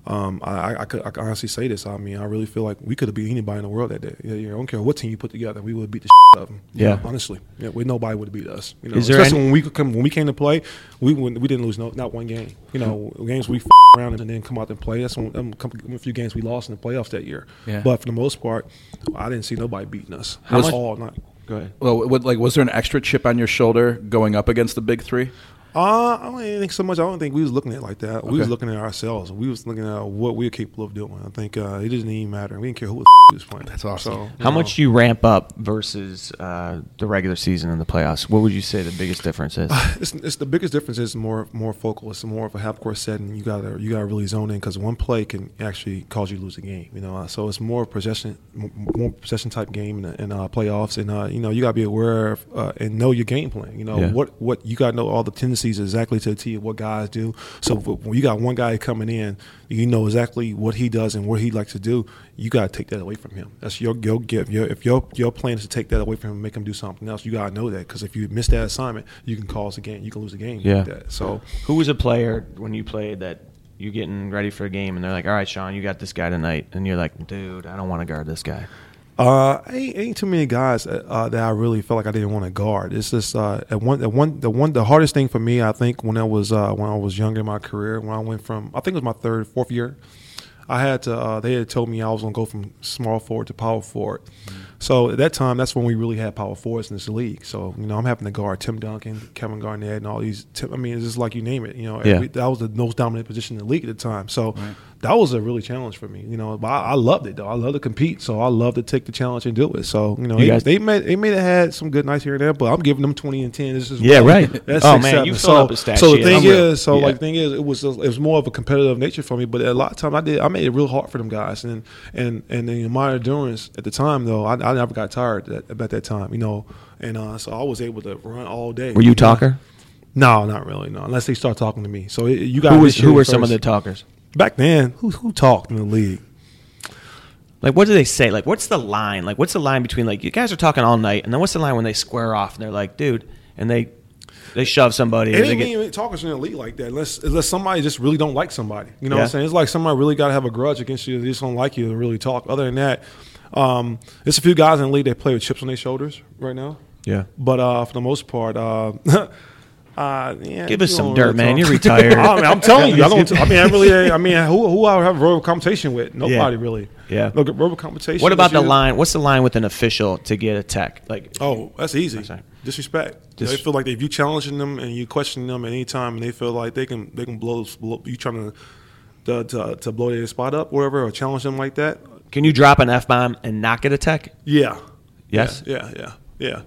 Speaker 6: um, I, I- I could I could honestly say this. I mean, I really feel like we could have beat anybody in the world that day. Yeah, yeah, I don't care what team you put together, we would have beat the shit out of them.
Speaker 4: Yeah.
Speaker 6: honestly, yeah, we, nobody would have beat us. You know,
Speaker 3: Is there
Speaker 6: especially
Speaker 3: any-
Speaker 6: when we could come when we came to play, we wouldn't- we didn't lose no, not one game. You know,
Speaker 4: Mm-hmm.
Speaker 6: games we f- around and then come out and play. That's when um, come- a few games we lost in the playoffs that year.
Speaker 4: Yeah.
Speaker 6: But for the most part, I didn't see nobody beating us.
Speaker 4: How
Speaker 6: Us
Speaker 4: much-
Speaker 6: all night.
Speaker 3: Go ahead.
Speaker 4: Well, what, like, was there an extra chip on your shoulder going up against the big three?
Speaker 6: Uh, I don't think so much. I don't think we was looking at it like that. We was
Speaker 4: Okay.
Speaker 6: looking at ourselves. We was looking at what we were capable of doing. I think uh, it doesn't even matter. We didn't care who the was playing. That's
Speaker 4: awesome.
Speaker 3: How much do you ramp up versus uh, the regular season and the playoffs? What would you say the biggest difference is?
Speaker 6: it's, it's the biggest difference is more more focal. It's more of a half court setting. You gotta you gotta really zone in because one play can actually cause you to lose a game. You know, Uh, so it's more possession m- more possession type game in, the- in uh, playoffs, and uh, you know you gotta be aware of uh, and know your game plan. You know
Speaker 4: Yeah.
Speaker 6: what what you gotta know all the tendencies exactly to the T of what guys do. So w- when you got one guy coming in, you know exactly what he does and what he likes to do. You gotta take that away from him. That's your your gift. Your, if your your plan is to take that away from him, and make him do something else. You gotta know that because if you miss that assignment, you can cause a game. You can lose a game.
Speaker 3: Yeah.
Speaker 6: Like that. So
Speaker 3: Who was a player when you played that you getting ready for a game and they're like, "All right, Sean, you got this guy tonight," and you're like, "Dude, I don't want to guard this guy."
Speaker 6: Uh, ain't, ain't too many guys uh, uh, that I really felt like I didn't want to guard. It's just uh, at one, at one, the one, the hardest thing for me, I think, when I was uh, when I was younger in my career, when I went from, I think it was my third, fourth year, I had to. Uh, they had told me I was going to go from small forward to power forward. So at that time, that's when we really had power forwards in this league. So you know, I'm having to guard Tim Duncan, Kevin Garnett, and all these. Tim, I mean, it's just like you name it. You know,
Speaker 3: Yeah.
Speaker 6: every- that was the most dominant position in the league at the time. So that was a really challenge for me. You know, but I, I loved it though. I love to compete, so I love to take the challenge and do it. So you know,
Speaker 3: You
Speaker 6: they,
Speaker 3: guys-
Speaker 6: they may they may have had some good nights here and there, but I'm giving them twenty and ten. This is
Speaker 3: Yeah, right.
Speaker 6: That's
Speaker 3: Oh,
Speaker 6: six,
Speaker 3: man,
Speaker 6: seven.
Speaker 3: you filled
Speaker 6: so,
Speaker 3: up a stat
Speaker 6: So
Speaker 3: sheet.
Speaker 6: the thing
Speaker 3: Unreal.
Speaker 6: is, so
Speaker 3: Yeah.
Speaker 6: like thing is, it was it was more of a competitive nature for me. But a lot of times, I did I made it real hard for them guys, and and and in my endurance at the time though, I, I never got tired at, about that time, you know, and uh, so I was able to run all day.
Speaker 3: Were you a
Speaker 6: know?
Speaker 3: talker?
Speaker 6: No, not really. No, unless they start talking to me. So it, you got
Speaker 3: Who was who were some of the talkers?
Speaker 6: back then? Who who talked in the league?
Speaker 3: Like, what do they say? Like, what's the line? Like, what's the line between like you guys are talking all night, and then what's the line when they square off and they're like, "Dude," and they they shove somebody. or
Speaker 6: It
Speaker 3: they
Speaker 6: ain't
Speaker 3: get-
Speaker 6: even talkers in the league like that unless unless somebody just really don't like somebody. You know what
Speaker 3: Yeah.
Speaker 6: I'm saying? It's like somebody really got to have a grudge against you. They just don't like you to really talk. Other than that, um, there's a few guys in the league that play with chips on their shoulders right now.
Speaker 3: Yeah.
Speaker 6: But uh, for the most part, uh, uh, yeah,
Speaker 3: Give us
Speaker 6: you
Speaker 3: some dirt,
Speaker 6: don't really
Speaker 3: man.
Speaker 6: talk.
Speaker 3: You're retired.
Speaker 6: I mean, I'm telling you, I don't. I mean, I really. I mean, who who I would have a verbal conversation with? Nobody really.
Speaker 3: Yeah.
Speaker 6: Look, verbal conversation.
Speaker 3: What about
Speaker 6: that
Speaker 3: the
Speaker 6: you-
Speaker 3: line? What's the line with an official to get a tech? Like,
Speaker 6: Oh, that's easy.
Speaker 3: sorry.
Speaker 6: Disrespect.
Speaker 3: Dis-
Speaker 6: they feel like if you challenging them and you questioning them at any time, and they feel like they can they can blow, blow you trying to, to to to blow their spot up, or whatever, or challenge them like that.
Speaker 3: can you drop an f bomb and not get a tech?
Speaker 6: Yeah.
Speaker 3: Yes?
Speaker 6: Yeah. Yeah. Yeah.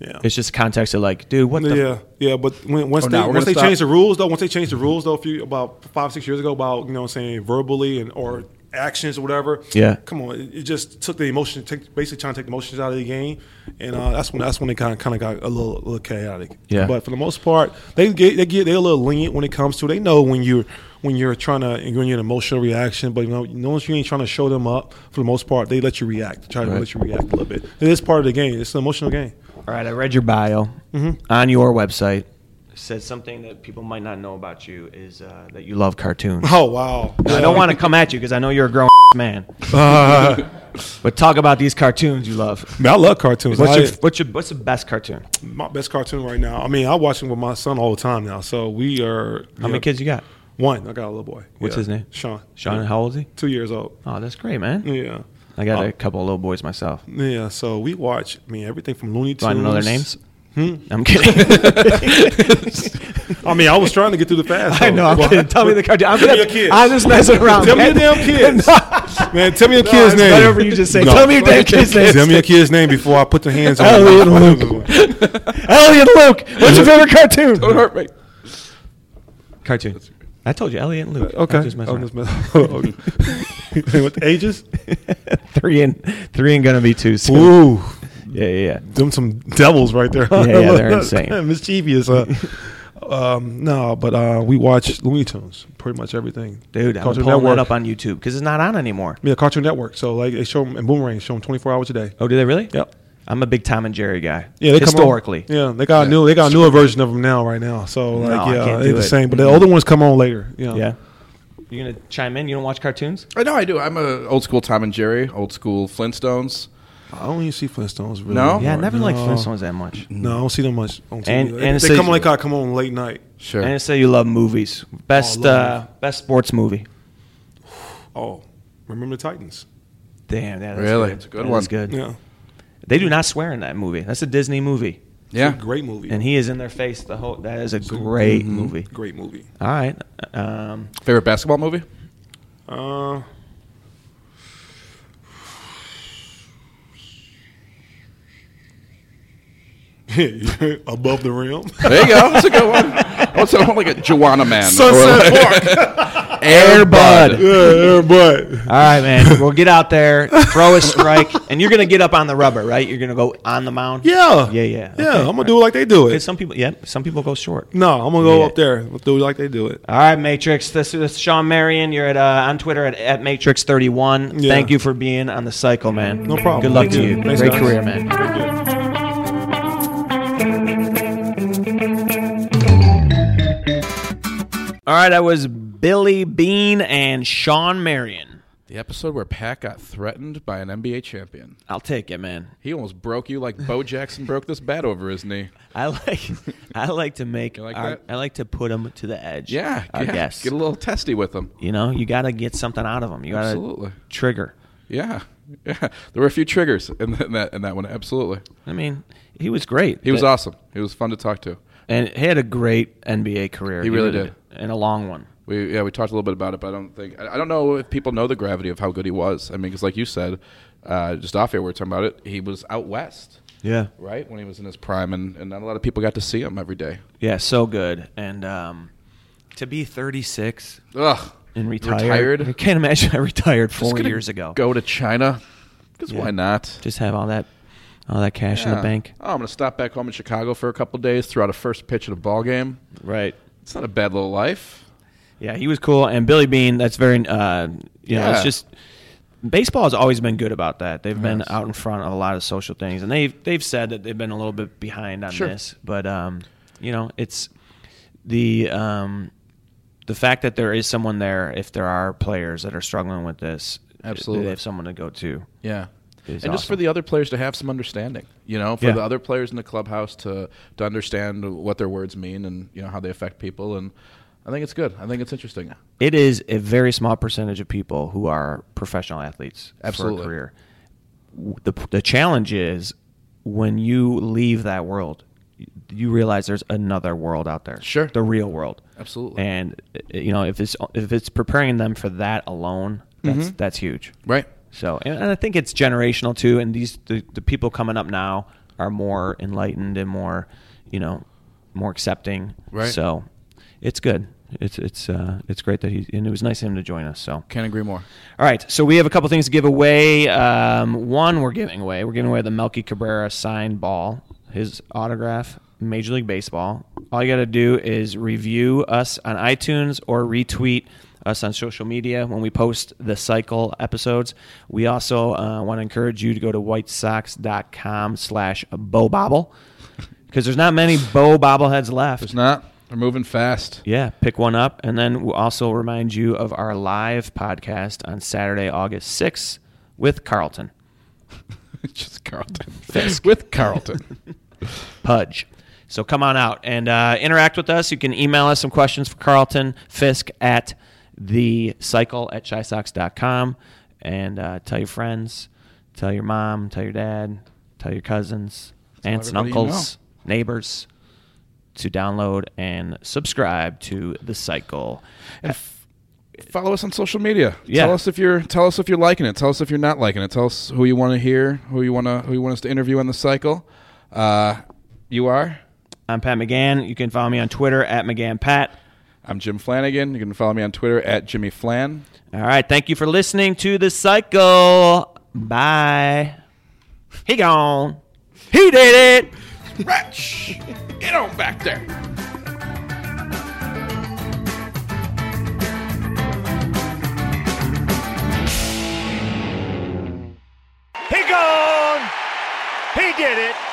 Speaker 6: Yeah.
Speaker 3: It's just context of like, dude, what the?
Speaker 6: yeah, yeah, but when, once
Speaker 4: Oh,
Speaker 6: they
Speaker 4: now we're gonna
Speaker 6: once they
Speaker 4: stop?
Speaker 6: changed the rules though, once they changed the rules though, a few about five six years ago about you know what I'm saying verbally and or actions or whatever.
Speaker 3: Yeah.
Speaker 6: come on, it, it just took the emotion, take, basically trying to take the emotions out of the game, and uh, that's when that's when it kind of kind of got a little, little chaotic.
Speaker 3: Yeah.
Speaker 6: but for the most part, they get they get they're a little lenient when it comes to. They know when you're when you're trying to when you're an emotional reaction, but you know, once you ain't trying to show them up, for the most part, they let you react, try to
Speaker 3: Right.
Speaker 6: let you react a little bit. It is part of the game. It's an emotional game.
Speaker 3: All right, I read your bio
Speaker 6: Mm-hmm.
Speaker 3: on your website. It says something that people might not know about you is uh, that you love cartoons.
Speaker 6: Oh wow!
Speaker 3: I don't want to come at you because I know you're a grown man. but talk about these cartoons you love.
Speaker 6: Man, I love cartoons.
Speaker 3: What's
Speaker 6: I-
Speaker 3: your, what's your what's the best cartoon?
Speaker 6: my best cartoon right now? I mean, I watch him with my son all the time now. So we are.
Speaker 3: How many kids you got?
Speaker 6: One. I got a little boy.
Speaker 3: What's
Speaker 6: Yeah.
Speaker 3: his name?
Speaker 6: Sean.
Speaker 3: Sean,
Speaker 6: Yeah.
Speaker 3: how old is he?
Speaker 6: Two years old.
Speaker 3: Oh, that's great, man.
Speaker 6: Yeah. Oh.
Speaker 3: I got a couple of little boys myself. Do
Speaker 6: Yeah. So we watch. I mean, everything from Looney Tunes.
Speaker 3: I know their names?
Speaker 6: Hmm?
Speaker 3: I'm kidding.
Speaker 6: I mean, I was trying to get through the fast.
Speaker 3: I know. I'm
Speaker 6: Well,
Speaker 3: kidding. Tell me the cartoon. I'm,
Speaker 6: Tell me
Speaker 3: gonna,
Speaker 6: your kids.
Speaker 3: I'm just messing around.
Speaker 6: Tell me your
Speaker 3: man.
Speaker 6: damn kids, man. Tell me your
Speaker 3: No,
Speaker 6: kid's
Speaker 3: it's
Speaker 6: name.
Speaker 3: better for you to say, "Tell me your damn kid's Oh, name."
Speaker 6: Tell me your kid's name before I put the hands on.
Speaker 3: Elliot
Speaker 6: him.
Speaker 3: Elliot Luke. What's your favorite cartoon? Don't hurt me. Cartoon. I told you, Elliot and Luke.
Speaker 6: Okay. Oh,
Speaker 3: I'm just messing
Speaker 6: I'm
Speaker 3: around.
Speaker 6: just messing- What ages?
Speaker 3: three and three and gonna be two soon.
Speaker 6: Ooh,
Speaker 3: Yeah, yeah, yeah.
Speaker 6: them some devils right there.
Speaker 3: Yeah, yeah, they're insane.
Speaker 6: mischievous. Huh? Um, no, but uh, we watch Looney Tunes, pretty much everything.
Speaker 3: Dude, I'm
Speaker 6: Cartoon
Speaker 3: pulling
Speaker 6: Network.
Speaker 3: that up on YouTube because it's not on anymore.
Speaker 6: Yeah, Cartoon Network. So like they show them and Boomerang show them 24 hours a day.
Speaker 3: Oh, do they really?
Speaker 6: Yep.
Speaker 3: I'm a big Tom and Jerry guy.
Speaker 6: Yeah, they come on-
Speaker 3: historically.
Speaker 6: yeah, they got a new. They got a newer version of them now, right now.
Speaker 3: No,
Speaker 6: So like,
Speaker 3: I
Speaker 6: yeah,
Speaker 3: can't
Speaker 6: they're
Speaker 3: do
Speaker 6: the
Speaker 3: it.
Speaker 6: same. But the older ones come on later. Yeah.
Speaker 3: yeah. You gonna chime in? You don't watch cartoons?
Speaker 4: I know I do. I'm a old school Tom and Jerry, old school Flintstones.
Speaker 6: I don't even see Flintstones really.
Speaker 4: No?
Speaker 3: Yeah, I never liked
Speaker 6: Oh, No.
Speaker 3: Flintstones that much.
Speaker 6: No, I don't see them much on TV.
Speaker 3: And-
Speaker 6: They-
Speaker 3: and it
Speaker 6: they
Speaker 3: says-
Speaker 6: come on like I come on late night.
Speaker 4: Sure.
Speaker 3: And say you love movies. Best
Speaker 6: Oh, love
Speaker 3: uh, best sports movie.
Speaker 6: Oh, remember the Titans?
Speaker 3: Damn, yeah, that's
Speaker 4: Really?
Speaker 3: good.
Speaker 4: It's a good
Speaker 3: That
Speaker 4: one.
Speaker 3: is good.
Speaker 6: Yeah,
Speaker 3: They do not swear in that movie. That's a Disney movie,
Speaker 4: yeah.
Speaker 6: great movie.
Speaker 3: and he is in their face the whole. That is a great movie.
Speaker 6: great movie.
Speaker 3: All right, um,
Speaker 4: Favorite basketball movie?
Speaker 6: Uh, above the rim.
Speaker 4: There you go. That's a good one. What's that one like a Joanna Man?
Speaker 6: Sunset
Speaker 4: Park. Air Bud.
Speaker 6: yeah, but
Speaker 3: all right, man. We'll get out there, throw a strike, and you're gonna get up on the rubber, right? You're gonna go on the mound.
Speaker 6: yeah,
Speaker 3: yeah, yeah.
Speaker 6: yeah.
Speaker 3: Okay.
Speaker 6: I'm gonna do it like they do
Speaker 3: Because
Speaker 6: it.
Speaker 3: some people, yeah, some people go short.
Speaker 6: No, I'm gonna go
Speaker 3: Yeah.
Speaker 6: up there. I'll do it like they do it.
Speaker 3: All right, Matrix. This, this is Sean Marion. You're at uh, on Twitter at, at Matrix31.
Speaker 6: Yeah.
Speaker 3: Thank you for being on the cycle, man.
Speaker 6: No problem.
Speaker 3: Good luck
Speaker 6: Thank
Speaker 3: to
Speaker 6: you.
Speaker 3: you.
Speaker 6: Thanks,
Speaker 3: Great
Speaker 6: guys.
Speaker 3: career, man. All right, I was Billy Bean and Sean Marion.
Speaker 4: The episode where Pat got threatened by an NBA champion.
Speaker 3: I'll take it, man.
Speaker 4: He almost broke you like Bo Jackson broke this bat over his knee.
Speaker 3: I like, I like to make,
Speaker 4: like
Speaker 3: our-
Speaker 4: that?
Speaker 3: I like to put them to the edge.
Speaker 4: Yeah,
Speaker 3: I
Speaker 4: yeah.
Speaker 3: guess.
Speaker 4: Get a little testy with him.
Speaker 3: you know, you got to get something out of them. You got
Speaker 4: Absolutely.
Speaker 3: to trigger.
Speaker 4: Yeah, yeah. There were a few triggers in, th- in that in that one. Absolutely,
Speaker 3: I mean, he was great.
Speaker 4: he was
Speaker 3: But-
Speaker 4: awesome. He was fun to talk to.
Speaker 3: and he had a great NBA career.
Speaker 4: He really did.
Speaker 3: and a long one.
Speaker 4: We yeah we talked a little bit about it, but I don't think I I don't know if people know the gravity of how good he was. I mean, because like you said, uh, just off air we were talking about it. He was out west,
Speaker 3: Yeah,
Speaker 4: right, when he was in his prime, and, and not a lot of people got to see him every day.
Speaker 3: yeah, so good. And um, to be 36
Speaker 4: Ugh,
Speaker 3: and retired,
Speaker 4: Retired?
Speaker 3: I can't imagine I retired four
Speaker 4: Just gonna
Speaker 3: years ago.
Speaker 4: Go to China, because
Speaker 3: Yeah.
Speaker 4: why not?
Speaker 3: Just have all that, all that cash in the
Speaker 4: Yeah.
Speaker 3: bank.
Speaker 4: Oh, I'm gonna stop back home in Chicago for a couple days, throw out a first pitch at a ball game.
Speaker 3: Right.
Speaker 4: It's not a bad little life.
Speaker 3: Yeah, he was cool. And Billy Bean, that's very, uh, you know,
Speaker 4: Yeah.
Speaker 3: it's just baseball has always been good about that. They've been out in front of a lot of social things, and they've they've said that they've been a little bit behind on
Speaker 4: Sure.
Speaker 3: this, but um, you know, it's the um, the fact that there is someone there if there are players that are struggling with this.
Speaker 4: Absolutely.
Speaker 3: they have someone to go to.
Speaker 4: Yeah. And
Speaker 3: is
Speaker 4: just for
Speaker 3: awesome.
Speaker 4: the other players to have some understanding, you know, for
Speaker 3: Yeah.
Speaker 4: the other players in the clubhouse to to understand what their words mean and you know how they affect people, and I think it's good. I think it's interesting.
Speaker 3: It is a very small percentage of people who are professional athletes for
Speaker 4: Absolutely.
Speaker 3: a career. W- The, the challenge is when you leave that world, y- you realize there's another world out there.
Speaker 4: Sure.
Speaker 3: The real world.
Speaker 4: Absolutely.
Speaker 3: And uh, you know, if it's if it's preparing them for that alone, that's that's huge.
Speaker 4: Mm-hmm. Right.
Speaker 3: So, and, and I think it's generational too. And these the, the people coming up now are more enlightened and more, you know, more accepting.
Speaker 4: Right.
Speaker 3: So, it's good. It's it's uh, it's great that he and it was nice of him to join us. So,
Speaker 4: Can't agree more.
Speaker 3: all right. So we have a couple things to give away. Um, one we're giving away. We're giving away the Melky Cabrera signed ball, his autograph, Major League Baseball. All you got to do is review us on iTunes or retweet us on social media when we post the cycle episodes. We also uh, want to encourage you to go to whitesox.com slash bobobble because there's not many Bo bobbleheads left.
Speaker 4: It's not. They're moving fast.
Speaker 3: Yeah, pick one up. And then we'll also remind you of our live podcast on Saturday, August 6th with Carlton
Speaker 4: just Carlton with Carlton.
Speaker 3: Pudge. So come on out and uh, interact with us. You can email us some questions for Carlton Fisk at the cycle at shysox.com and uh, tell your friends, tell your mom, tell your dad, tell your cousins, aunts and
Speaker 4: everybody you
Speaker 3: uncles, neighbors to download and subscribe to the cycle.
Speaker 4: And f- follow us on social media.
Speaker 3: Yeah.
Speaker 4: Tell us if you're tell us if you're liking it. Tell us if you're not liking it. Tell us who you want to hear, who you want to who you want us to interview on the cycle. Uh, you are.
Speaker 3: I'm Pat McGann. You can follow me on Twitter at McGannPat.
Speaker 4: I'm Jim Flanagan. You can follow me on Twitter at Jimmy Flan.
Speaker 3: All right. Thank you for listening to The Cycle. Bye. He gone. He did it.
Speaker 4: Wretch! Get on back there!
Speaker 1: gone. He did it.